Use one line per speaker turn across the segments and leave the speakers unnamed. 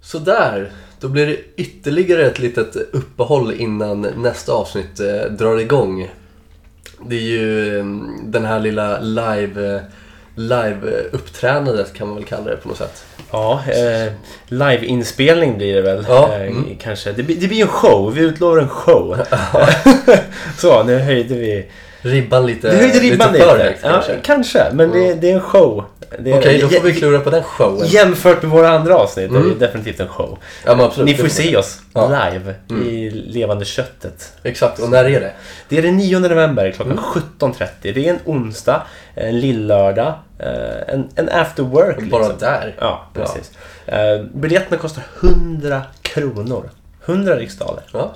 Sådär, då blir det ytterligare ett litet uppehåll innan nästa avsnitt eh, drar igång. Det är ju eh, den här lilla live, eh, live-uppträdandet kan man väl kalla det på något sätt.
Ja, eh, liveinspelning blir det väl.
Ja,
eh,
mm.
Kanske. Det, blir- det blir en show. Vi utlovar en show. så, nu höjde vi
Ribban lite,
Vi höjde ribban
lite
lite.
för högt kanske.
Ja, kanske, men det, det är en show. Det är-
Okej, då får vi klura på den showen.
Jämfört med våra andra avsnitt är det definitivt en show.
Ja, men absolut.
Ni får se oss
Ja. Mm.
live i levande köttet.
Exakt, och när är det?
Det är den 9 november klockan
Mm.
17.30. Det är en onsdag, en lill-lördag, eh, en, en after work.
Bara
liksom.
där?
Ja, precis. Eh, Biljetterna kostar 100 kronor. 100 riksdaler.
Ja.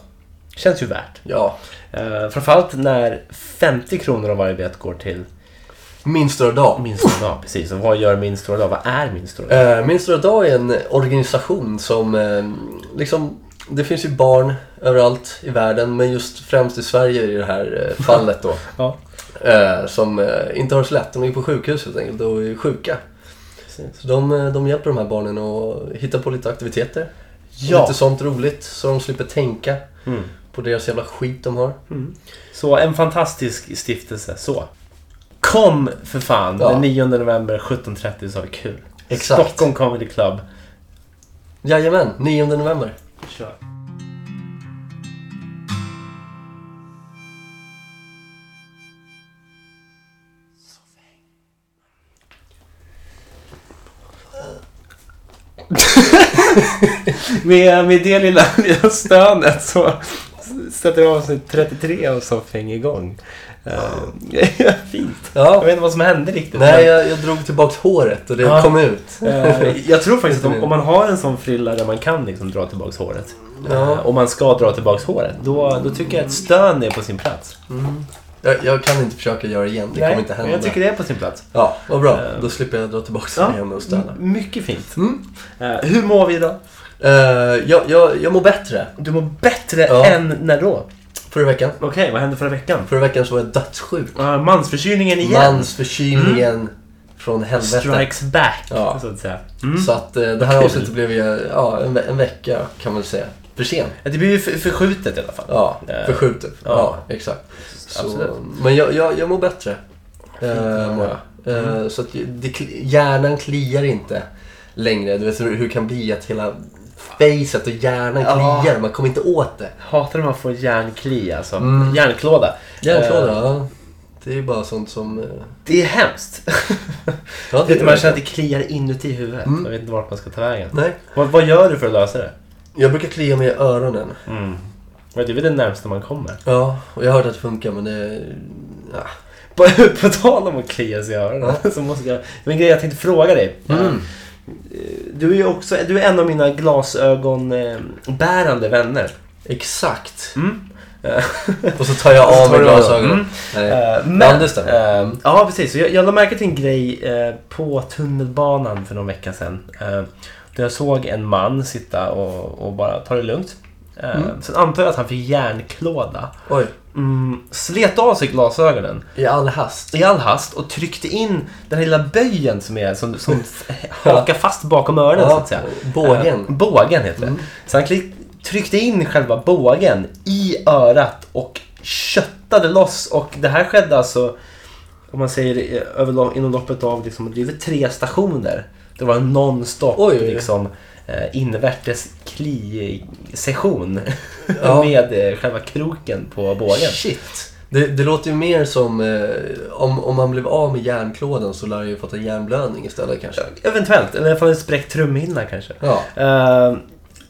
Känns ju värt.
ja.
Eh, Framförallt när 50 kronor av varje biljett går till
Min stora dag.
Min stora dag, precis. Och vad gör Min stora dag? Vad är Min stora dag?
Eh, Min stora dag är en organisation som eh, liksom det finns ju barn överallt i världen men just främst i Sverige i det här eh, fallet då.
Ja,
eh, som eh, inte har det så lätt. De är på sjukhus helt enkelt och är sjuka.
precis.
Så de, eh, de hjälper de här barnen att hitta på lite aktiviteter. Ja.
Ja, Mm.
Lite sånt roligt så de slipper tänka på deras jävla skit de har.
så en fantastisk stiftelse. Så. Kom för fan!
Ja.
Den 9 november 17.30 så har vi kul.
Exakt.
Stockholm Comedy Club.
Jajamän, 9 november.
Kör. med, med det lilla, lilla stönet så sätter avsnitt 33 av Soffhäng igång. Uh, fint. Jag
Ja.
vet inte vad som hände riktigt.
Nej, jag, jag drog tillbaks håret och det
Ja.
kom ut.
Eh, jag tror faktiskt att om, om man har en sån frilla där man kan liksom dra tillbaks håret.
Ja.
eh, Om man ska dra tillbaks håret. Då, då tycker jag att stön är på sin plats.
Mm. Jag, jag kan inte försöka göra igen, det kommer inte
men
hända.
Jag tycker Eh. det är på sin plats.
Ja, vad bra. Då slipper jag dra tillbaka den igen och städa.
m- mycket fint.
Mm.
Eh, hur mår vi idag?
Eh, jag, jag, jag mår bättre.
Du mår bättre
Ja.
än när då? Okej,
Förra veckan.
vad hände förra veckan?
Förra veckan så var jag dödssjuk.
Uh, mansförkylningen igen. Mm.
Mansförkylningen från helvete.
Strikes back,
Ja.
så att säga. Mm.
Så att eh, det här
Vad kul.
avsnitet blev ju, ja, en, ve- en vecka kan man väl säga. För sent.
Ja, Det blir ju för, förskjutet i alla fall.
Ja,
Eh,
förskjutet. Ja,
ja.
exakt.
Absolut.
Så, men jag, jag, jag mår bättre. Eh, mår jag.
Mm.
Eh, så att ju- det, kli- hjärnan kliar inte längre. Du vet hur hur det kan bli att hela facet och hjärnan
Ja.
kliar. Man kommer inte åt det.
Hatar när man får järnkli alltså. Järnklåda.
Hjärnklåda,
Eh,
ja. Det är ju bara sånt som... eh,
det är hemskt.
Ja,
Vet
är
du, man
det.
känner att det Mm. kliar inuti huvudet. Jag vet inte vart man ska ta vägen.
Nej.
Vad, vad gör du för att lösa det?
Jag brukar klia mig i öronen.
Mm. Ja, Det är väl det närmaste man kommer.
Ja, och jag har hört att det funkar men det... Ja.
På, på tal om att klia sig i öronen. Så måste jag, det var en grej jag tänkte fråga dig.
Mm.
Eh, Du är ju också du är en av mina glasögonbärande vänner.
Exakt.
Mm.
Och så tar jag
så
av
tar
mig
du av.
glasögonen.
Mm.
Nej.
Eh,
Ja, det stämmer.
eh, ja, precis. Så Jag, jag lade märke till en grej eh, på tunnelbanan för någon vecka sedan. Eh, där jag såg en man sitta och, och bara ta det lugnt. Eh,
Mm.
Sen antar jag att han fick järnklåda.
Oj,
Mm, slet av sig glasögonen
i all hast.
i all hast och tryckte in den här lilla böjen som, är, som, som f- hakar fast bakom öronen.
Ja,
så att säga.
bågen.
Eh, bågen heter det. Så han klick, tryckte in själva bågen i örat och köttade loss. Och det här skedde alltså, om man säger eh, över, inom loppet av liksom, det är väl tre stationer. Det var en nonstop
Oj, oj, oj.
liksom, eh, invärtes kli-session
Ja.
med eh, själva kroken på bågen.
Shit. Det, det låter ju mer som... Eh, om, om man blev av med hjärnklådan så lär jag ju fått en hjärnblödning istället kanske.
Eventuellt, eller i alla fall en spräckt trumhinna kanske.
Ja.
Eh,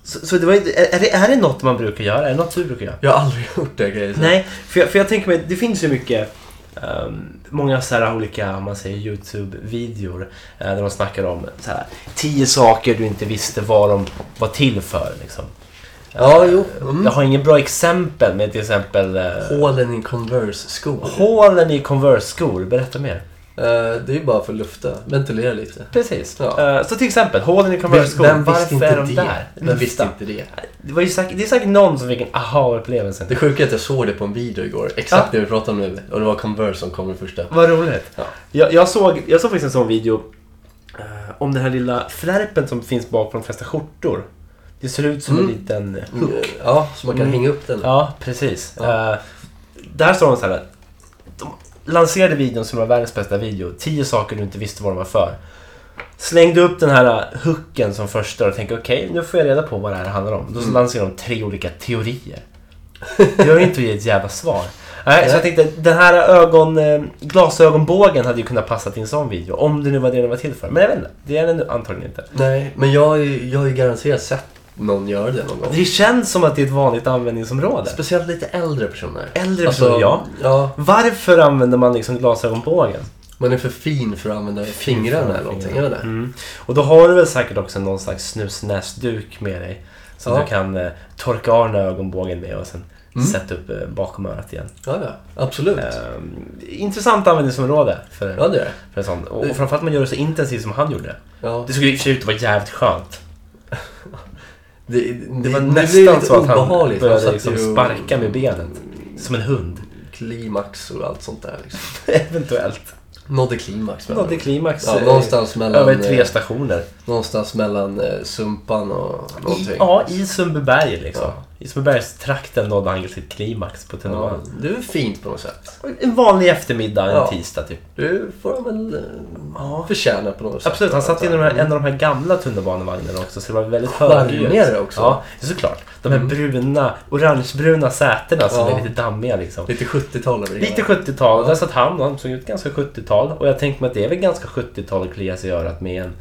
så, så det var, ju- är, det, är det något man brukar göra? Är det något du brukar göra?
Jag har aldrig gjort det grejen.
Nej, för jag, för jag tänker mig, det finns ju mycket ehm, Många så här olika, om man säger YouTube-videor eh, där de snackar om så här, tio saker du inte visste vad de var till för. Liksom. Eh,
Ja, jo. Mm.
Jag har inget bra exempel, men till exempel uh,
Hålen i Converse-skor.
hålen i Converse-skor. Berätta mer.
Eh, det är ju bara för att lufta. Ventilera lite.
Precis.
Ja.
Eh, så till exempel, hålen i Converse-skor.
Vem visste
Varför
inte
är de
det?
där?
Vem visste
Lufta.
inte det?
Det, var ju säkert, det är säkert någon som fick en aha-upplevelse.
Det sjuka är att jag såg det på en video igår, exakt det vi pratade om nu. Och det var Converse som kom i första.
Vad roligt.
Ja.
Jag, jag, såg, jag såg faktiskt en sån video eh, om den här lilla flärpen som finns bak på de flesta skjortor. Det ser ut som
Mm.
en liten hook.
Mm, Ja, så man kan
Mm.
hänga upp den.
Ja, precis.
Ja.
Eh, där står de så här. De lanserade videon som var världens bästa video. Tio saker du inte visste vad de var för. Slängde upp den här eh, hooken som första och tänkte okej, nu får jag reda på vad det här handlar om. Då
Mm.
lanserade de tre olika teorier. Det gör inte att ge ett jävla svar. Nej, så jag tänkte, den här ögon, eh, glasögonbågen hade ju kunnat passa till en sån video. Om det nu var det den var till för. Men jag vet inte, det är den nu antagligen inte.
Nej, men jag har ju, jag har ju garanterat sett någon göra det någon gång.
Det känns som att det är ett vanligt användningsområde.
Speciellt lite äldre personer.
Äldre personer, Alltså, ja.
Alltså, Ja,
Varför använder man liksom glasögonbågen?
man är för fin för att använda fingrarna eller någonting. Jag vet inte.
Mm. Och då har du väl säkert också någon slags snusnäsduk med dig. Som
Ja.
du kan eh, torka av den här ögonbågen med och sen
Mm.
sätta upp eh, bakom örat igen.
Ja, ja. Absolut.
Ehm, intressant användningsområde för,
Ja, det är det.
för en sån. Och, och framförallt man gör det så intensivt som han gjorde.
Ja.
Det såg ju i och för sig ut att vara jävligt skönt.
Det,
Det var
blev
nästan
lite
så att han
obehagligt. Han
började
satt
liksom
ju och-
sparka med benet. Som en hund.
Klimax och allt sånt där. Liksom.
Eventuellt.
Nådde klimax. men-
Nådde klimax
ja,
eh,
någonstans mellan,
över tre
eh,
stationer.
någonstans mellan eh, Sumpan och någonting.
I, ja, i Sundbyberg liksom.
Ja.
I Sundbybergstrakten nådde han sitt klimax på
Ja,
tunnelbanan.
det är väl fint på något sätt.
En vanlig eftermiddag, en
Ja.
tisdag typ.
Du får han väl eh,
Ja.
förtjäna på något sätt.
Absolut, han satt i de här, en av de här gamla tunnelbanevagnarna också så det var väldigt högljutt.
Charmigare också.
Ja, såklart. De här bruna, orangebruna sätena som
Ja.
är lite dammiga liksom.
Lite 70-tal över det
Lite
hela.
70-tal. Där satt han och han såg ut ganska 70-tal. Och jag tänkte mig att det är väl ganska 70-tal att klia sig i örat med, en,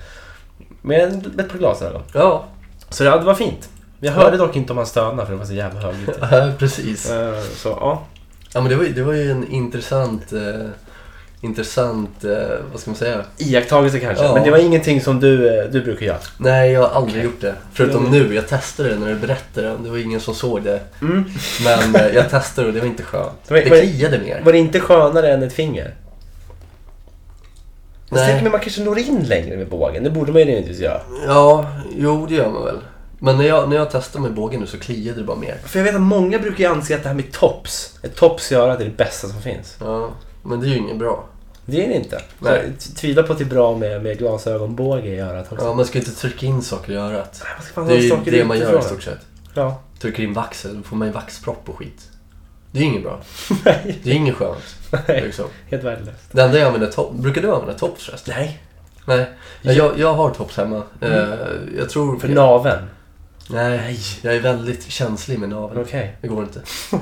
med en, ett par glasögon.
Ja,
Så ja, det var fint. Jag
Ja.
hörde dock inte om han stönade för det var så jävla högljutt.
eh, precis.
Eh, så ja.
Ja, men det, var, ju- det var ju en intressant, eh, intressant eh, vad ska man säga?
Iakttagelse kanske,
Ja.
men det var ingenting som du, eh, du brukar göra.
Nej, jag har aldrig gjort det. Förutom
Ja.
nu, jag testade det när du berättade det. Det var ingen som såg det.
Mm.
Men eh, jag testade och det var inte skönt.
Det var-
Det
var-
kliade mer.
Var det inte skönare än ett finger?
Nej.
Nej. Men man kanske når in längre med bågen, det borde man ju rimligtvis göra.
Ja, jo det gör man väl. Men när jag, när jag testade med bågen nu så kliade det bara mer.
För jag vet att många brukar ju anse att det här med tops, ett tops i örat är det bästa som finns.
Ja, men det är ju inget bra.
Det är det inte. Så
Nej.
jag t- Tvivlar på att det är bra med, med glasögonbåge i örat också.
Ja, man ska ju inte trycka in saker i örat.
Nej, man ska fan
Det
ha
är ju
saker
det man gör i
utifrån.
stort sett.
Ja.
Trycker in vax, då får man ju vaxpropp och skit. Det är ju inget bra.
Nej,
Det är inget skönt.
nej.
Liksom.
Helt värdelöst.
Det enda jag använder tops... Brukar du använda tops förresten?
Nej.
Nej. Ja, Jag, jag har tops hemma. Eh, jag tror...
Mm. För naveln?
Nej, jag är väldigt känslig med naveln.
Okej.
Det går inte.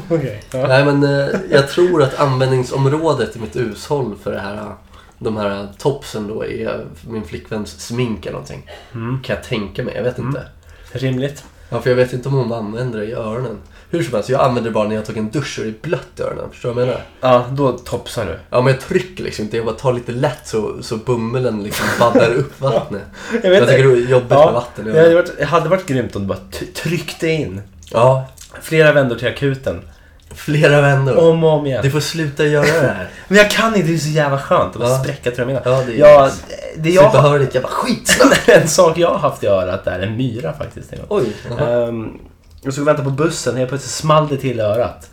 Okej. Ja.
Nej men eh, jag tror att användningsområdet i mitt hushåll för det här, de här topsen då är min flickväns smink eller någonting.
Mm.
Kan jag tänka mig, jag vet inte.
Rimligt.
Ja, för jag vet inte om hon använder det i öronen. Hur som helst, jag använder det bara när jag tog en dusch och det är blött i öronen. Förstår du vad jag menar?
Ja, då topsar du.
Ja, men jag trycker liksom inte. Jag bara tar lite lätt så, så bummeln liksom baddar upp vattnet.
Jag
jag tycker det är jobbigt
Ja,
med vatten i
Det hade
öronen.
varit, det hade varit grymt om du bara t- tryckte in
Ja,
flera vändor till akuten.
flera vänner.
Om och om igen.
Du får sluta göra det här.
Men jag kan inte, det är så jävla skönt. att bara
Ja.
spräcka trumhinnan.
Ja, det är
Ja,
nice.
det
Jag...
jag
Slippa höra ditt jävla skit.
En sak jag har haft i örat är en myra faktiskt. En gång.
Oj. jaha.
Ehm, jag stod och väntade på bussen, helt plötsligt small det till i örat.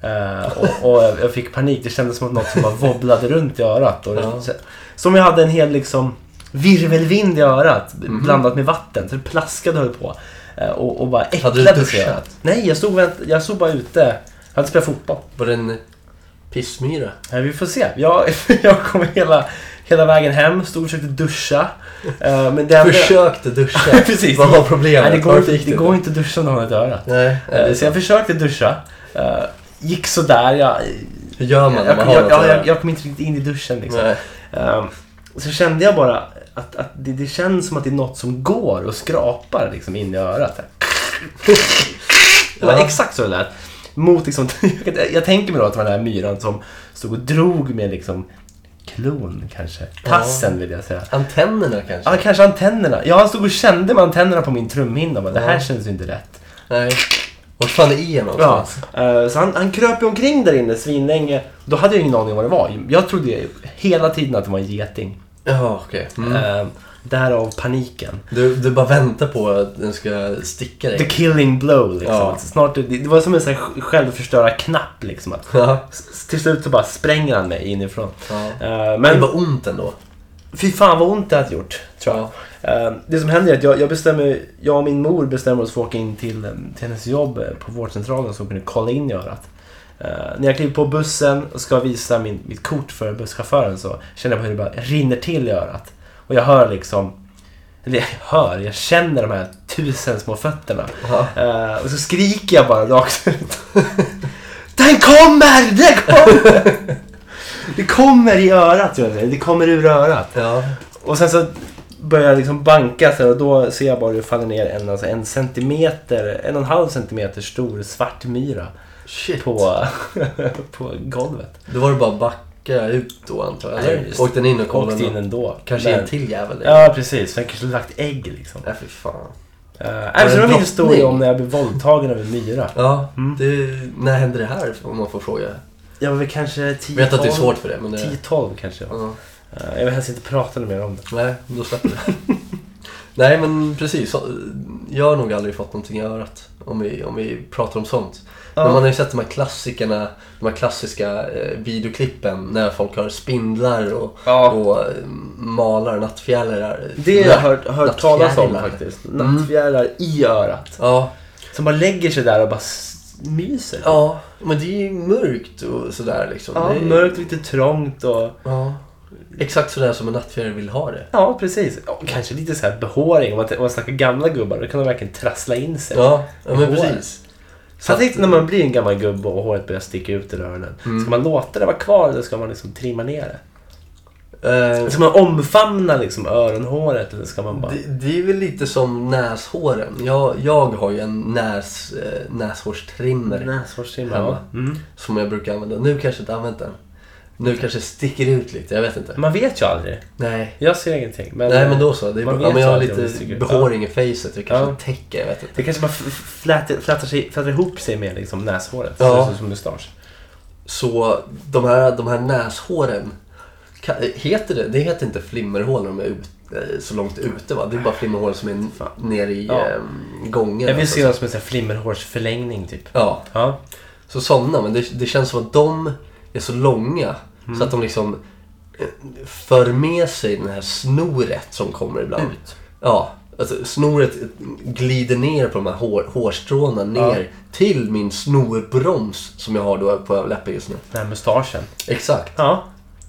Ehm, och, och jag jag fick panik, det kändes som att något som bara wobblade runt i örat. Och det,
Ja.
så- Som jag hade en hel liksom virvelvind i örat
Mhm.
blandat med vatten, så det plaskade och höll på. Ehm, och, och bara
Hade du
äcklade sig i
duschat?
örat. Nej, jag stod, och vänt, jag stod bara ute. Jag hade spelat fotboll.
Var det en pissmyra?
Nej, Eh, vi får se. Jag, jag kom hela, hela vägen hem, stod och försökte duscha. Ehm, men det enda-
Försökte duscha.
Precis.
Vad var problemet?
Nej, det går,
Varför
inte,
gick
det går inte att duscha när man har ett öra.
Nej, nej, det är
Eh, Så jag
sant.
försökte duscha. eh, Gick sådär. Jag,
Hur gör man
jag,
när
jag,
man har
jag,
något att
jag,
göra?
jag kom inte riktigt in i duschen. Liksom.
Nej.
Eh, Så kände jag bara att, att det, det känns som att det är något som går och skrapar liksom, in i örat. Det var
Ja.
exakt så det lät. Mot, liksom, jag, jag tänker mig då att det var den här myran som stod och drog med liksom, klon kanske. Tassen vill jag säga.
Antennerna kanske?
Ja, kanske antennerna. Ja, han stod och kände med antennerna på min trumhinna. Bara, Det här känns ju inte rätt.
Nej. Vart fan är en
Ja,
någonstans?
eh, så han, han kröp ju omkring där inne svinlänge. Då hade jag ingen aning om vad det var. Jag trodde ju hela tiden att det var en geting.
Ja, okej. Mm.
Eh, Därav paniken.
Du, du bara väntar på att den ska sticka
The
dig.
killing blow liksom.
Ja.
Alltså, Snart, det, det var som en sån här sj- självförstöra knapp liksom. Att,
Ja.
s- till slut så bara spränger han mig inifrån.
ja.
Eh,
Men det
Men
var ont ändå.
fy fan vad ont det hade gjort. Tror jag. Eh, Det som händer är att jag, jag, bestämmer, jag och min mor bestämmer oss för att åka in till, eh, till hennes jobb eh, på vårdcentralen så hon kunde kolla in i örat. Eh, när jag kliver på bussen och ska visa min, mitt kort för busschauffören så känner jag på hur det bara rinner till i örat. Och jag hör liksom, eller jag hör, jag känner de här tusen små fötterna.
Ja.
Eh, och så skriker jag bara rakt ut. Den kommer! Den kommer! Det kommer i örat, tror jag. det är. det kommer ur örat.
Ja.
Och sen så börjar jag liksom banka så här, och då ser jag bara hur det faller ner en, alltså en centimeter, en och en halv centimeter stor svart myra
Shit.
på, på golvet.
Då var det bara att backa ut då antar jag.
Nej, just-
Eller? Åkte den in och
Åkte in
kollade?
ändå.
Kanske
Men-
en till jävel? Ja.
Ja, precis. För jag kanske lagt ägg liksom.
Nej, fy fan.
Uh, äh, så det
en
var min
drottning?
historia om när jag blev våldtagen av en myra.
Ja,
Mm.
det, när hände det här om man får fråga?
Jag var väl kanske 10-12.
Jag vet att det är svårt eh, för det, men det...
10-12 kanske. jag var.
Ja.
Eh, jag vill helst inte prata mer om det.
Nej, då släpper det. Nej, men precis. Så- Jag har nog aldrig fått någonting i örat om vi, om vi pratar om sånt. Men man har ju sett de här klassikerna, de här klassiska eh, videoklippen när folk har spindlar och,
Ja.
och eh, malar nattfjärilar.
Det har jag hört, hört talas om
Nattfjärilar. Mm.
faktiskt. Nattfjärilar i örat.
Ja,
Som bara lägger sig där och bara s- myser.
ja, men det är ju mörkt och sådär liksom.
Ja,
det är,
mörkt och lite trångt och...
Ja, exakt sådär som en nattfjäril vill ha det.
Ja, precis. Ja, kanske lite så här behåring. Om man, t- om man snackar gamla gubbar, då kan de verkligen trassla in sig.
Ja, ja men
Hår.
precis.
Så jag tänkte när man blir en gammal gubbe och håret börjar sticka ut ur öronen. Ska man låta det vara kvar eller ska man liksom trimma ner det?
Eh,
Ska man omfamna liksom öronhåret eller ska man bara...
Det, det är väl lite som näshåren. Jag, jag har ju en näs, eh, näshårstrimmer
Näshårstrimma.
Hemma.
Ja. Mm.
som jag brukar använda. Nu kanske jag inte använt den. Nu kanske sticker det ut lite, jag vet inte.
Man vet ju aldrig.
Nej.
Jag ser ingenting. Men,
Nej men då så. Det är,
Man
bra. ja,
vet
men jag har
ju alltid om det
lite
sticker ut.
behåring i facet. Jag kanske
Ja.
täcker, jag vet inte.
Det kanske bara f- f- flätar, flätar, sig, flätar ihop sig med liksom näshåret.
Ja.
Så det ser ut som mustasch.
Så de här, de här näshåren. ka- Heter det? Det heter inte flimmerhål när de är ut, eh, så långt ute va? Det är bara flimmerhål som är nere i
Ja.
eh, gången.
Jag vill se
alltså.
dem som en sån här flimmerhårsförlängning typ.
Ja,
Ja.
Så sådana, men det, det känns som att de är så långa
Mm.
så att de liksom eh, för med sig det här snoret som kommer ibland.
Ut.
Ja, alltså snoret glider ner på de här hår, hårstråna ner till min snorbroms som jag har då på överläppen just nu.
Den här mustaschen.
Exakt.
Ja.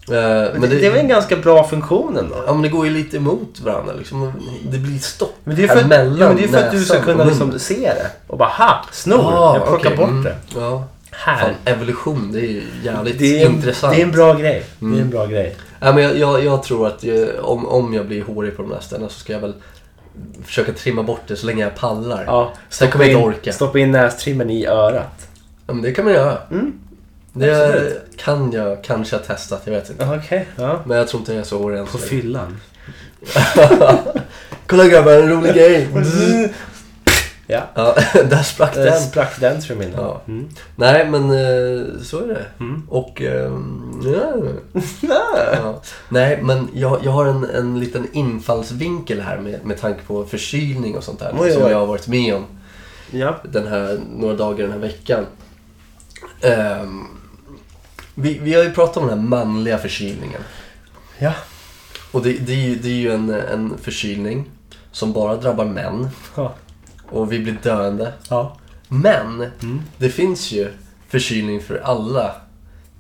Eh, men,
Men det, det är väl en ganska bra funktion ändå?
Ja men det går ju lite emot varandra liksom. Det blir stopp
Men det är för,
här
att-
mellan
ja, men det är för att du ska
näsan
kunna
och
liksom
munnen.
se det och bara ha, snor,
Ah,
jag plockar
okej,
bort
mm,
det.
Ja. Fan,
Här.
evolution, det är ju jävligt
Det är, en, det
intressant.
är en bra grej. Det är en bra grej.
Nej, men jag, jag, jag tror att eh, om, om jag blir hårig på de där ställena så ska jag väl försöka trimma bort det så länge jag pallar.
Ja,
Sen kommer jag inte
in,
orka.
stoppa in nästrimmen i örat.
Ja, men det kan man göra.
Mm.
Det
absolut.
kan jag kanske ha testat, jag vet inte.
Okej. Ja.
Men jag tror inte jag är så hårig än så
På
länge.
fyllan.
Kolla grabbar, en rolig grej!
Ja.
ja, där sprack
Där
den.
sprack den trimmen.
Ja.
Mm.
Nej, men eh, så är det.
Mm.
Och... ehm, ja. ja. Nej, men jag, jag har en, en liten infallsvinkel här med, med tanke på förkylning och sånt där.
Oj, oj,
Som
oj.
jag har varit med om.
Ja.
den här, några dagar den här veckan. Ehm, vi, vi har ju pratat om den här manliga förkylningen.
Ja.
Och det, det, är, ju, det är ju en, en förkylning som bara drabbar män
Ja.
och vi blir döende.
Ja.
Men
Mm.
det finns ju förkylning för alla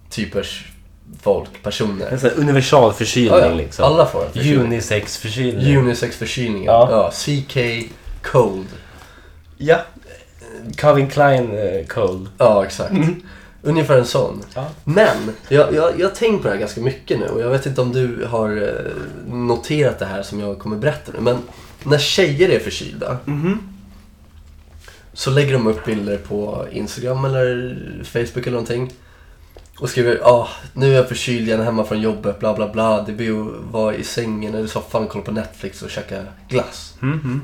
typers folk, personer.
En sån här universal förkylning
Ja, ja.
liksom.
Alla får en förkylning. Mm.
Unisex förkylning.
Unisex-förkylningen. Ja.
Ja.
CK cold.
ja. Calvin Klein eh, cold.
Ja, exakt. Ungefär en sån.
Mm. Ja.
Men jag, jag, jag har tänkt på det här ganska mycket nu och jag vet inte om du har eh, noterat det här som jag kommer berätta nu. Men när tjejer är förkylda
Mm-hmm.
så lägger de upp bilder på Instagram eller Facebook eller någonting och skriver ah, nu är jag förkyld, jag är hemma från jobbet, bla bla bla. Det blir att vara i sängen eller i soffan, kolla på Netflix och käka glass.
Mm,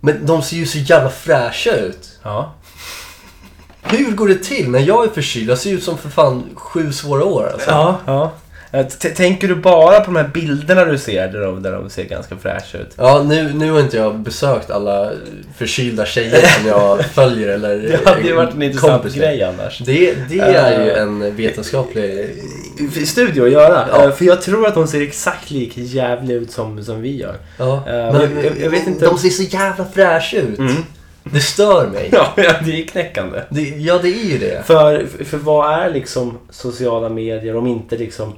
Men de ser ju så jävla fräscha ut.
Ja.
Hur går det till när jag är förkyld? Jag ser ut som för fan sju svåra år alltså.
Ja, ja. Eh, t- Tänker du bara på de här bilderna du ser där de, där de ser ganska fräscha ut?
Ja, nu, nu har inte jag besökt alla förkylda tjejer som jag följer eller
Eh, Det hade ju varit en intressant
kompis med.
grej annars.
Det, det är ju
Eh,
en vetenskaplig
studio att göra.
Ja.
Eh, För jag tror att de ser exakt lika jävla ut som, som vi gör.
Ja.
Eh, men jag- jag vet inte-
De ser så jävla fräscha ut.
Mm.
Det stör mig.
Ja, det är knäckande.
Det, ja, det är ju det.
För, för vad är liksom sociala medier om inte liksom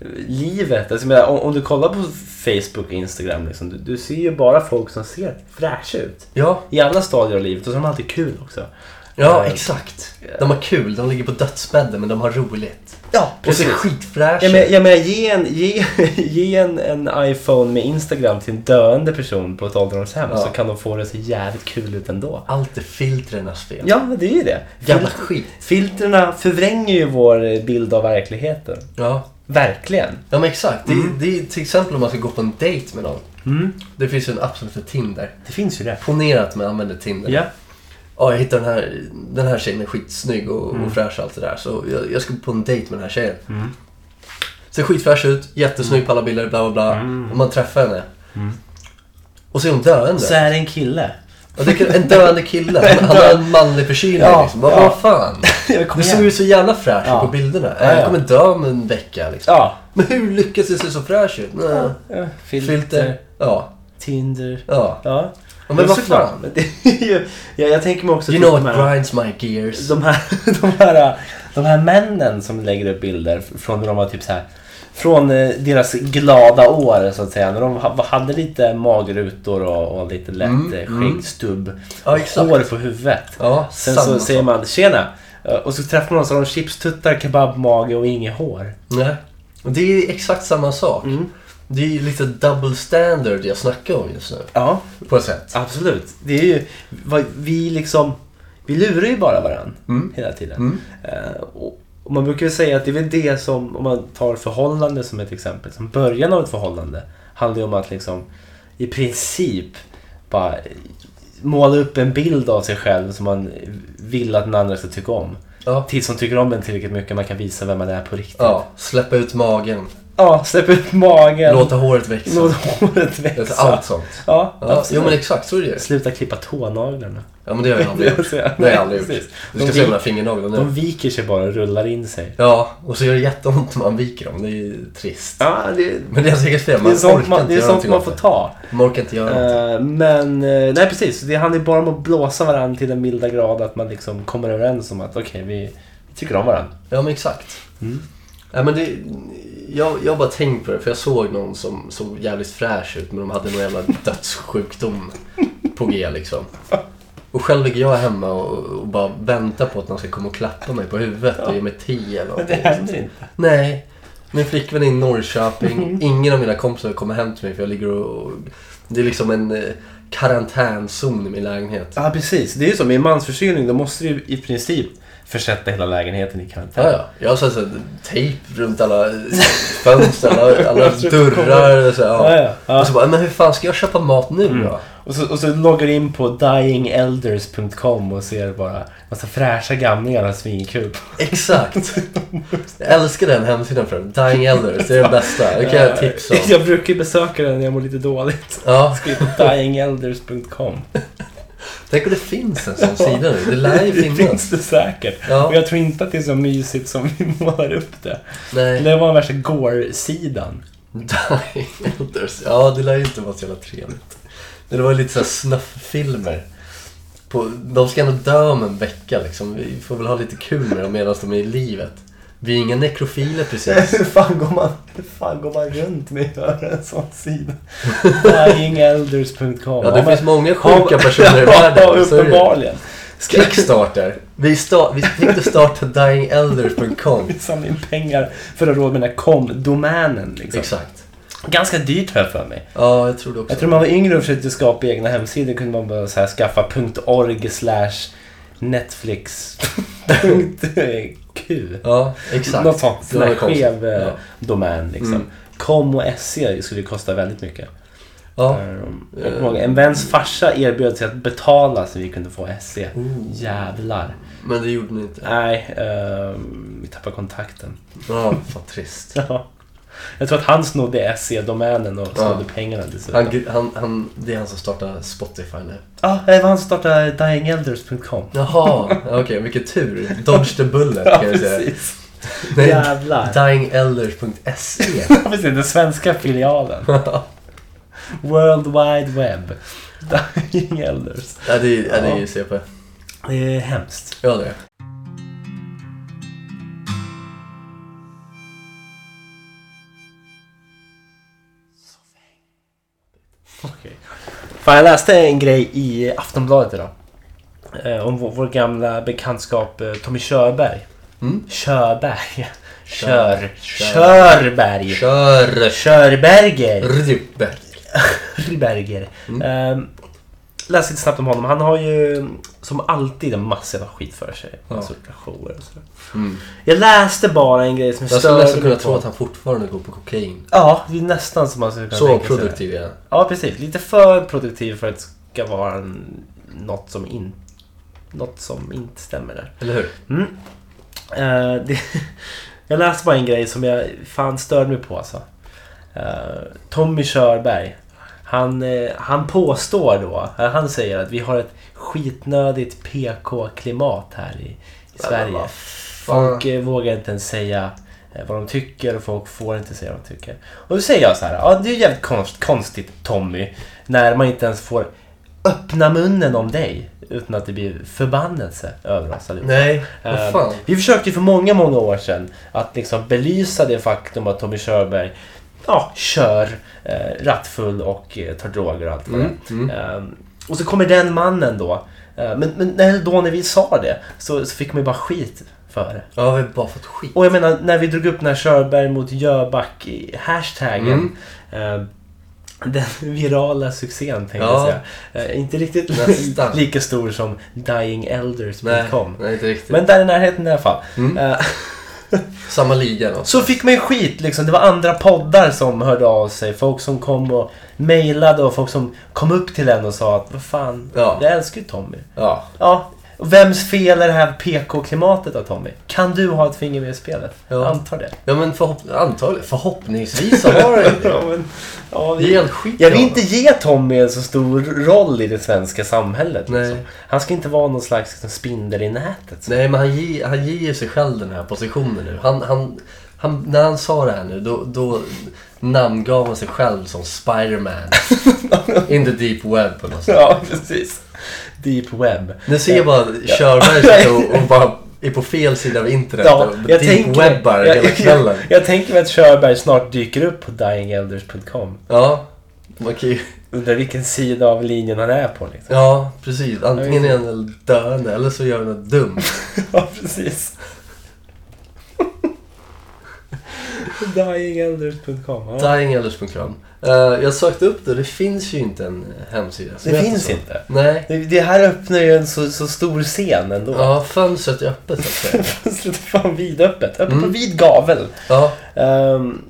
eh, livet? Alltså, jag menar, om, om du kollar på Facebook och Instagram, liksom, du, du ser ju bara folk som ser fräscha ut.
Ja,
I alla stadier av livet och så har de alltid kul också.
ja
Eh,
exakt. De har kul, de ligger på dödsbädden men de har roligt.
Ja,
Och ser skitfräscha
Jag menar, jag menar ge, en, ge, ge en, en iPhone med Instagram till en döende person på ett ålderdomshem
Ja.
så kan de få det så jävligt kul ut ändå.
Allt är filtrenas fel.
Ja, det är ju det.
Jävla
Fil-
skit.
Filtrerna förvränger ju vår bild av verkligheten.
Ja.
Verkligen.
Ja men exakt.
Mm.
Det, är, det är till exempel om man ska gå på en dejt med någon. Det finns ju en app som heter Tinder.
Det finns ju det.
Ponera att man använder Tinder.
Ja.
Ja, jag hittade den här, den här tjejen är skitsnygg och,
Mm.
och fräsch och allt det där. Så jag, jag ska på en dejt med den här tjejen. Ser skitfräsch ut,
Mm.
jättesnygg på alla bilder, bla bla bla. Och man träffar henne. Och så är hon döende.
Så är det en kille.
Och det är en döende kille. Han, han har en manlig förkylning
Ja,
liksom. Vad
ja.
vad fan?
Jag
Du
kommer
såg
igen.
ut så jävla fräsch
Ja.
på bilderna.
Ja,
Ja, Jag
ja.
kommer dö om en vecka liksom.
Ja.
Men hur lyckas du se så fräsch ut? Nej.
Ja. Filter.
Filter. Ja.
Tinder.
Ja.
Ja.
Men vad
såklart.
fan?
Men det är ju- ja, jag tänker mig också...
You
typ
know
de
what
här-
grinds my gears?
de här, de, här, de här männen som lägger upp bilder från när de var typ så här från eh, deras glada år så att säga. När de ha- hade lite magrutor och, och lite lätt
Mm,
mm,
mm.
skäggstubb.
Ja,
och
exakt.
hår på huvudet.
Ja,
Sen
samma
så säger
sak.
man tjena. Eh, Och så träffar man någon som har chipstuttar, kebabmage och inget hår.
Nej. Och Det är exakt samma sak.
Mm.
Det är ju lite double standard jag snackar om just nu.
Ja,
På ett sätt.
absolut. Det är ju, vad- vi liksom, vi lurar ju bara varandra
Mm.
hela tiden. Eh, och, och man brukar ju säga att det är väl det som, om man tar förhållande som ett exempel, som början av ett förhållande handlar ju om att liksom i princip bara måla upp en bild av sig själv som man vill att den andra ska tycka om.
Ja.
Tills som tycker om en tillräckligt mycket man kan visa vem man är på riktigt.
ja. Släppa ut magen.
Ja, släpp ut magen.
Låta håret växa.
låt håret växa.
Allt sånt.
Ja,
Ja, jo
absolut.
men exakt så är det ju.
Sluta klippa tånaglarna.
Ja men det har jag aldrig gjort.
Det har jag-
Det har jag aldrig
Nej,
gjort.
precis.
Du ska
De
se
vi-
mina fingernaglar nu.
De viker sig bara och rullar in sig.
Ja, och så gör det jätteont om man viker dem. Det är ju trist.
Ja, det,
Men det är säkert fel.
det
Man
är sånt
orkar
man,
inte
det är
göra
sånt
någonting
man
åt
får
det.
ta.
Man orkar inte göra någonting.
Eh, men, eh, nej precis. Det handlar ju bara om att blåsa varandra till den milda grad att man liksom kommer överens om att okej, vi, vi tycker om varandra.
Ja men exakt. Ja, men det, jag, jag bara tänkt på det för jag såg någon som såg jävligt fräsch ut men de hade någon jävla dödssjukdom på G liksom. Och själv ligger jag hemma och, och bara väntar på att någon ska komma och klappa mig på huvudet och ge mig te eller
Men det
någonting.
händer inte.
Nej. Min flickvän är i Norrköping. Ingen av mina kompisar kommer hem till mig för jag ligger och... och det är liksom en eh, karantänzon i min lägenhet.
Ja, precis. Det är ju så. Med en mansförkylning, då måste du ju i princip försätta hela lägenheten i karantän.
Ja, ja. Jag har så här, så här, tejp runt alla fönster, alla, alla dörrar. Så, här, ja.
Ja, ja, ja. Mm.
Och så bara, men hur fan ska jag köpa mat nu då?
Och så, och så loggar du in på dyingelders.com och ser bara massa fräscha gamlingar ha svinkul.
Exakt. Jag älskar den hemsidan för övrigt. Dying Elders, det är den bästa. Det kan jag tipsa om.
Jag brukar ju besöka den när jag mår lite dåligt.
Ja.
Skriv på dyingelders.com.
Tänk om det finns en sån sida nu. Det lär ju
Det
finnas.
finns det säkert.
Ja.
Och jag tror inte att det är så mysigt som vi målar upp det.
Nej.
Det var den värsta gore-sidan.
Dying Elders. Ja, det lär ju inte vara så jävla trevligt. Men Det var lite såhär snufffilmer. På, de ska ändå dö om en vecka liksom. Vi får väl ha lite kul med dem medan de är i livet. Vi är inga nekrofiler precis.
Hur fan går man, hur fan går man runt med att göra en sån sida? Dyingelders.com.
Ja, det
men-
finns många sjuka personer i
Ja,
världen. så är det.
uppenbarligen. Ska
Kickstarter. Vi, sta- vi tänkte starta dyingelders.com.
vi samla in pengar för att ha råd med den här com-domänen? Liksom.
Exakt.
Ganska dyrt har jag för mig.
Ja, jag tror det också.
Jag tror när man var yngre och försökte skapa egna hemsidor kunde man bara så här skaffa .org slash Netflix punkt .q.
Ja,
Något
exakt.
sånt.
Det
Sån
var
här
konstigt.
skev eh,
Ja. Mm.
domän liksom. Com och SE skulle ju kosta väldigt mycket.
Ja.
Ehm, jag kommer ihåg, En väns farsa erbjöd sig att betala så vi kunde få SE. Jävlar.
Men det gjorde ni inte.
Nej, ehm, vi tappar kontakten.
Ja, fan trist.
Ja. Jag tror att han snodde SE-domänen och snodde pengarna dessutom.
Han, gr- han, han, det är han som startar Spotify nu.
Ja, det var han som startade dyingelders.com.
Jaha, okej, vilken tur. Dodge the bullet
Ja,
kan jag säga.
precis.
Nej,
Jävlar.
dyingelders.se.
Precis, den svenska filialen.
ja,
World Wide Web. Dying Elders.
det är, ja, det är ju CP.
Det är hemskt.
Ja, det är.
Okej. Fan, jag läste en grej i Aftonbladet idag. Eh, om vår, vår gamla bekantskap eh, Tommy Körberg.
Mm.
Körberg. Kör.
Kör.
Körberg.
Kör!
Körberger.
Rydberg.
Berger. Eh, läs lite snabbt om honom. Han har ju som alltid en massa jävla skit för sig.
Ja.
Massa olika shower och sådär.
Mm.
Jag läste bara en grej som
Jag skulle
störde
nästan kunna
mig
tro
på.
att han fortfarande går på kokain.
Ja, det är nästan som man skulle kunna
Så
tänka sig det.
produktiv är han.
Ja, precis. Lite för produktiv för att det ska vara en, något, som in, något som inte stämmer där.
Eller hur?
Eh, det, jag läste bara en grej som jag fan störde mig på alltså. Eh, Tommy Körberg. Han, eh, han påstår då, eh, han säger att vi har ett skitnödigt PK-klimat här i, i Sverige.
vad
Folk eh, vågar inte ens säga eh, vad de tycker och folk får inte säga vad de tycker. Och då säger jag så här, ja det är ju jävligt konst, konstigt Tommy, när man inte ens får öppna munnen om dig utan att det blir förbannelse över oss allihopa.
Nej,
Eh,
vad fan.
Vi försökte för många, många år sedan att liksom belysa det faktum att Tommy Körberg ja, kör eh, rattfull och eh, tar droger och allt vad det
Mm,
är. Ehm, Och så kommer den mannen då. Eh, men men när, då när vi sa det så, så fick man ju bara skit för det.
Ja, vi har bara fått skit.
Och jag menar, när vi drog upp den här Körberg mot Jöback i hashtaggen. eh, den virala succén tänkte
Mm. Ja.
jag säga. Eh, inte riktigt
Nästan.
lika stor som
Nej, Mm.
dyingelders.com.
nej, inte riktigt.
Men där i närheten i alla fall. Eh,
Samma liga då.
Så fick man ju skit liksom. Det var andra poddar som hörde av sig. Folk som kom och mejlade och folk som kom upp till en och sa att vad fan,
Ja.
jag älskar ju Tommy.
Ja,
Ja, och vems fel är det här PK-klimatet då Tommy? Kan du ha ett finger med i spelet?
Ja.
Antar det.
ja men förhopp- antagligen, förhoppningsvis så har han ju det.
men, ja,
Det är helt skit
jag vill
av
inte ge Tommy en så stor roll i det svenska samhället.
Nej.
Liksom. Han ska inte vara någon slags liksom, spindel i nätet.
Nej, men han, ge, han ger ju sig själv den här positionen nu. Han, han, han, när han sa det här nu, då, då namngav han sig själv som Spiderman. In the deep web på något sätt.
Ja, precis. Deep web.
Nu ser jag bara Körberg sitta och, och bara är på fel sida av internet
Ja,
och
jag
deep
tänker,
webbar
jag,
hela kvällen.
Jag, jag tänker mig att Körberg snart dyker upp på dyingelders.com.
Ja, man kan ju,
Undrar vilken sida av linjen han är på. Liksom.
ja, precis. Antingen
Jag
är han
vet
väl döende eller så gör han något dumt.
Ja, precis. dyingelders.com. Ja.
Dyingelders.com. Eh, jag sökte upp det, det finns ju inte en eh, hemsida som
Det
heter
finns
så.
inte.
Nej.
Det, det här öppnar ju en så, så stor scen ändå.
Ja, fönstret är öppet så att säga.
Plötsligt fan vidöppet. Öppet
Mm.
på vid gavel.
Ja,
Ehm,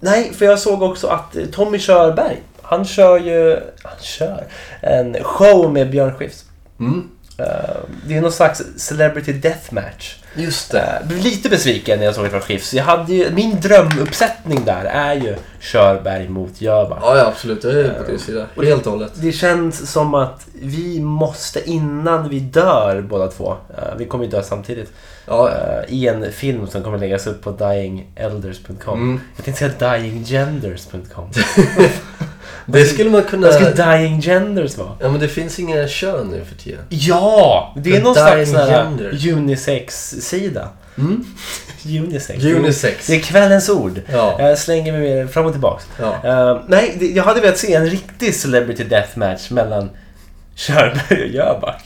nej, för jag såg också att eh, Tommy Körberg, han kör ju... Han kör en show med Björn Skifs.
mm.
Ehm, det är någon slags celebrity deathmatch.
just det.
Där. Blev Lite besviken när jag såg det från Skifs. Jag hade ju, min drömuppsättning där är ju Körberg mot Jöback.
Ja, ja absolut. Jag är på din sida. Helt och hållet.
Det känns som att vi måste innan vi dör båda två, eh, vi kommer ju dö samtidigt,
Ja, ja.
eh, i en film som kommer läggas upp på dyingelders.com.
Mm.
Jag tänkte säga dyinggenders.com.
Det Alltså, skulle man kunna...
Vad skulle dyinggenders vara?
Ja, men det finns inga kön nu för tiden.
Ja! Det är
The
någon slags sån
Dying
här
Gender.
unisex-sida.
Mm.
Unisex.
Unisex.
Det är kvällens ord.
Ja.
Jag slänger mig med det fram och tillbaks.
Ja.
Eh, nej, det, jag hade velat se en riktig Celebrity Deathmatch mellan Körberg och Jöback.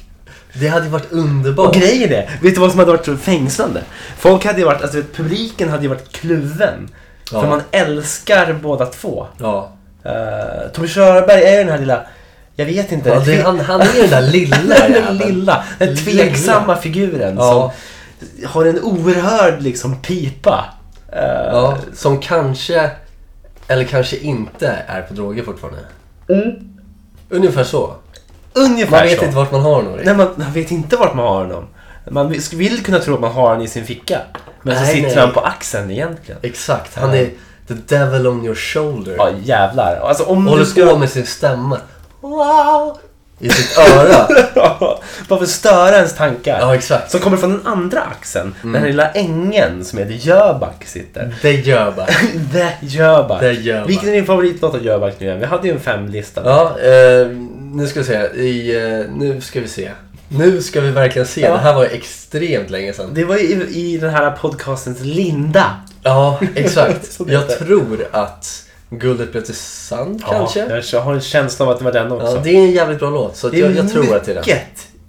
Det hade ju varit
Och
underbart.
grejen är, vet du vad som hade varit så fängslande? Folk hade ju varit, alltså vet, publiken hade ju varit kluven.
Ja.
För man älskar båda två.
Ja.
Uh, Tommy Körberg är ju den här lilla, jag vet inte.
ja det, han, han är ju den där lilla
den
jäveln.
lilla, den tveksamma figuren
Ja.
som har en oerhörd liksom pipa. Eh,
Ja, som kanske, eller kanske inte, är på droger fortfarande. Ungefär så.
Ungefär
Man vet
så.
inte vart man har honom.
Nej, man, man vet inte vart man har honom. Man vill- vill kunna tro att man har honom i sin ficka. Men så
Nej,
sitter
nej.
han på axeln egentligen.
Exakt, han
Ja.
är the devil on your shoulder.
Ja, jävlar. Alltså, om
Håller
du ska...
på med sin stämma.
Wow! i sitt öra. Bara för att störa ens tankar.
Ja, exakt. Mm.
Som kommer från den andra axeln. Den här lilla ängen som heter Jöback sitter.
Det gör bara.
The Jöback.
The Jöback.
Vilken är din favoritlåt av Jöback nu igen? Vi hade ju en femlista.
Ja, eh, nu ska vi se. I, eh, nu ska vi se. Nu ska vi verkligen se.
Ja.
Det här var ju extremt länge sedan.
Det var ju i, i den här podcastens linda.
Ja, exakt.
Så det
Jag
heter.
tror att Guldet blev till sand kanske.
Ja, jag har en känsla av att det var den också.
Ja, det är en jävligt bra låt, så att
Det är
jag, jag tror att det är den.
mycket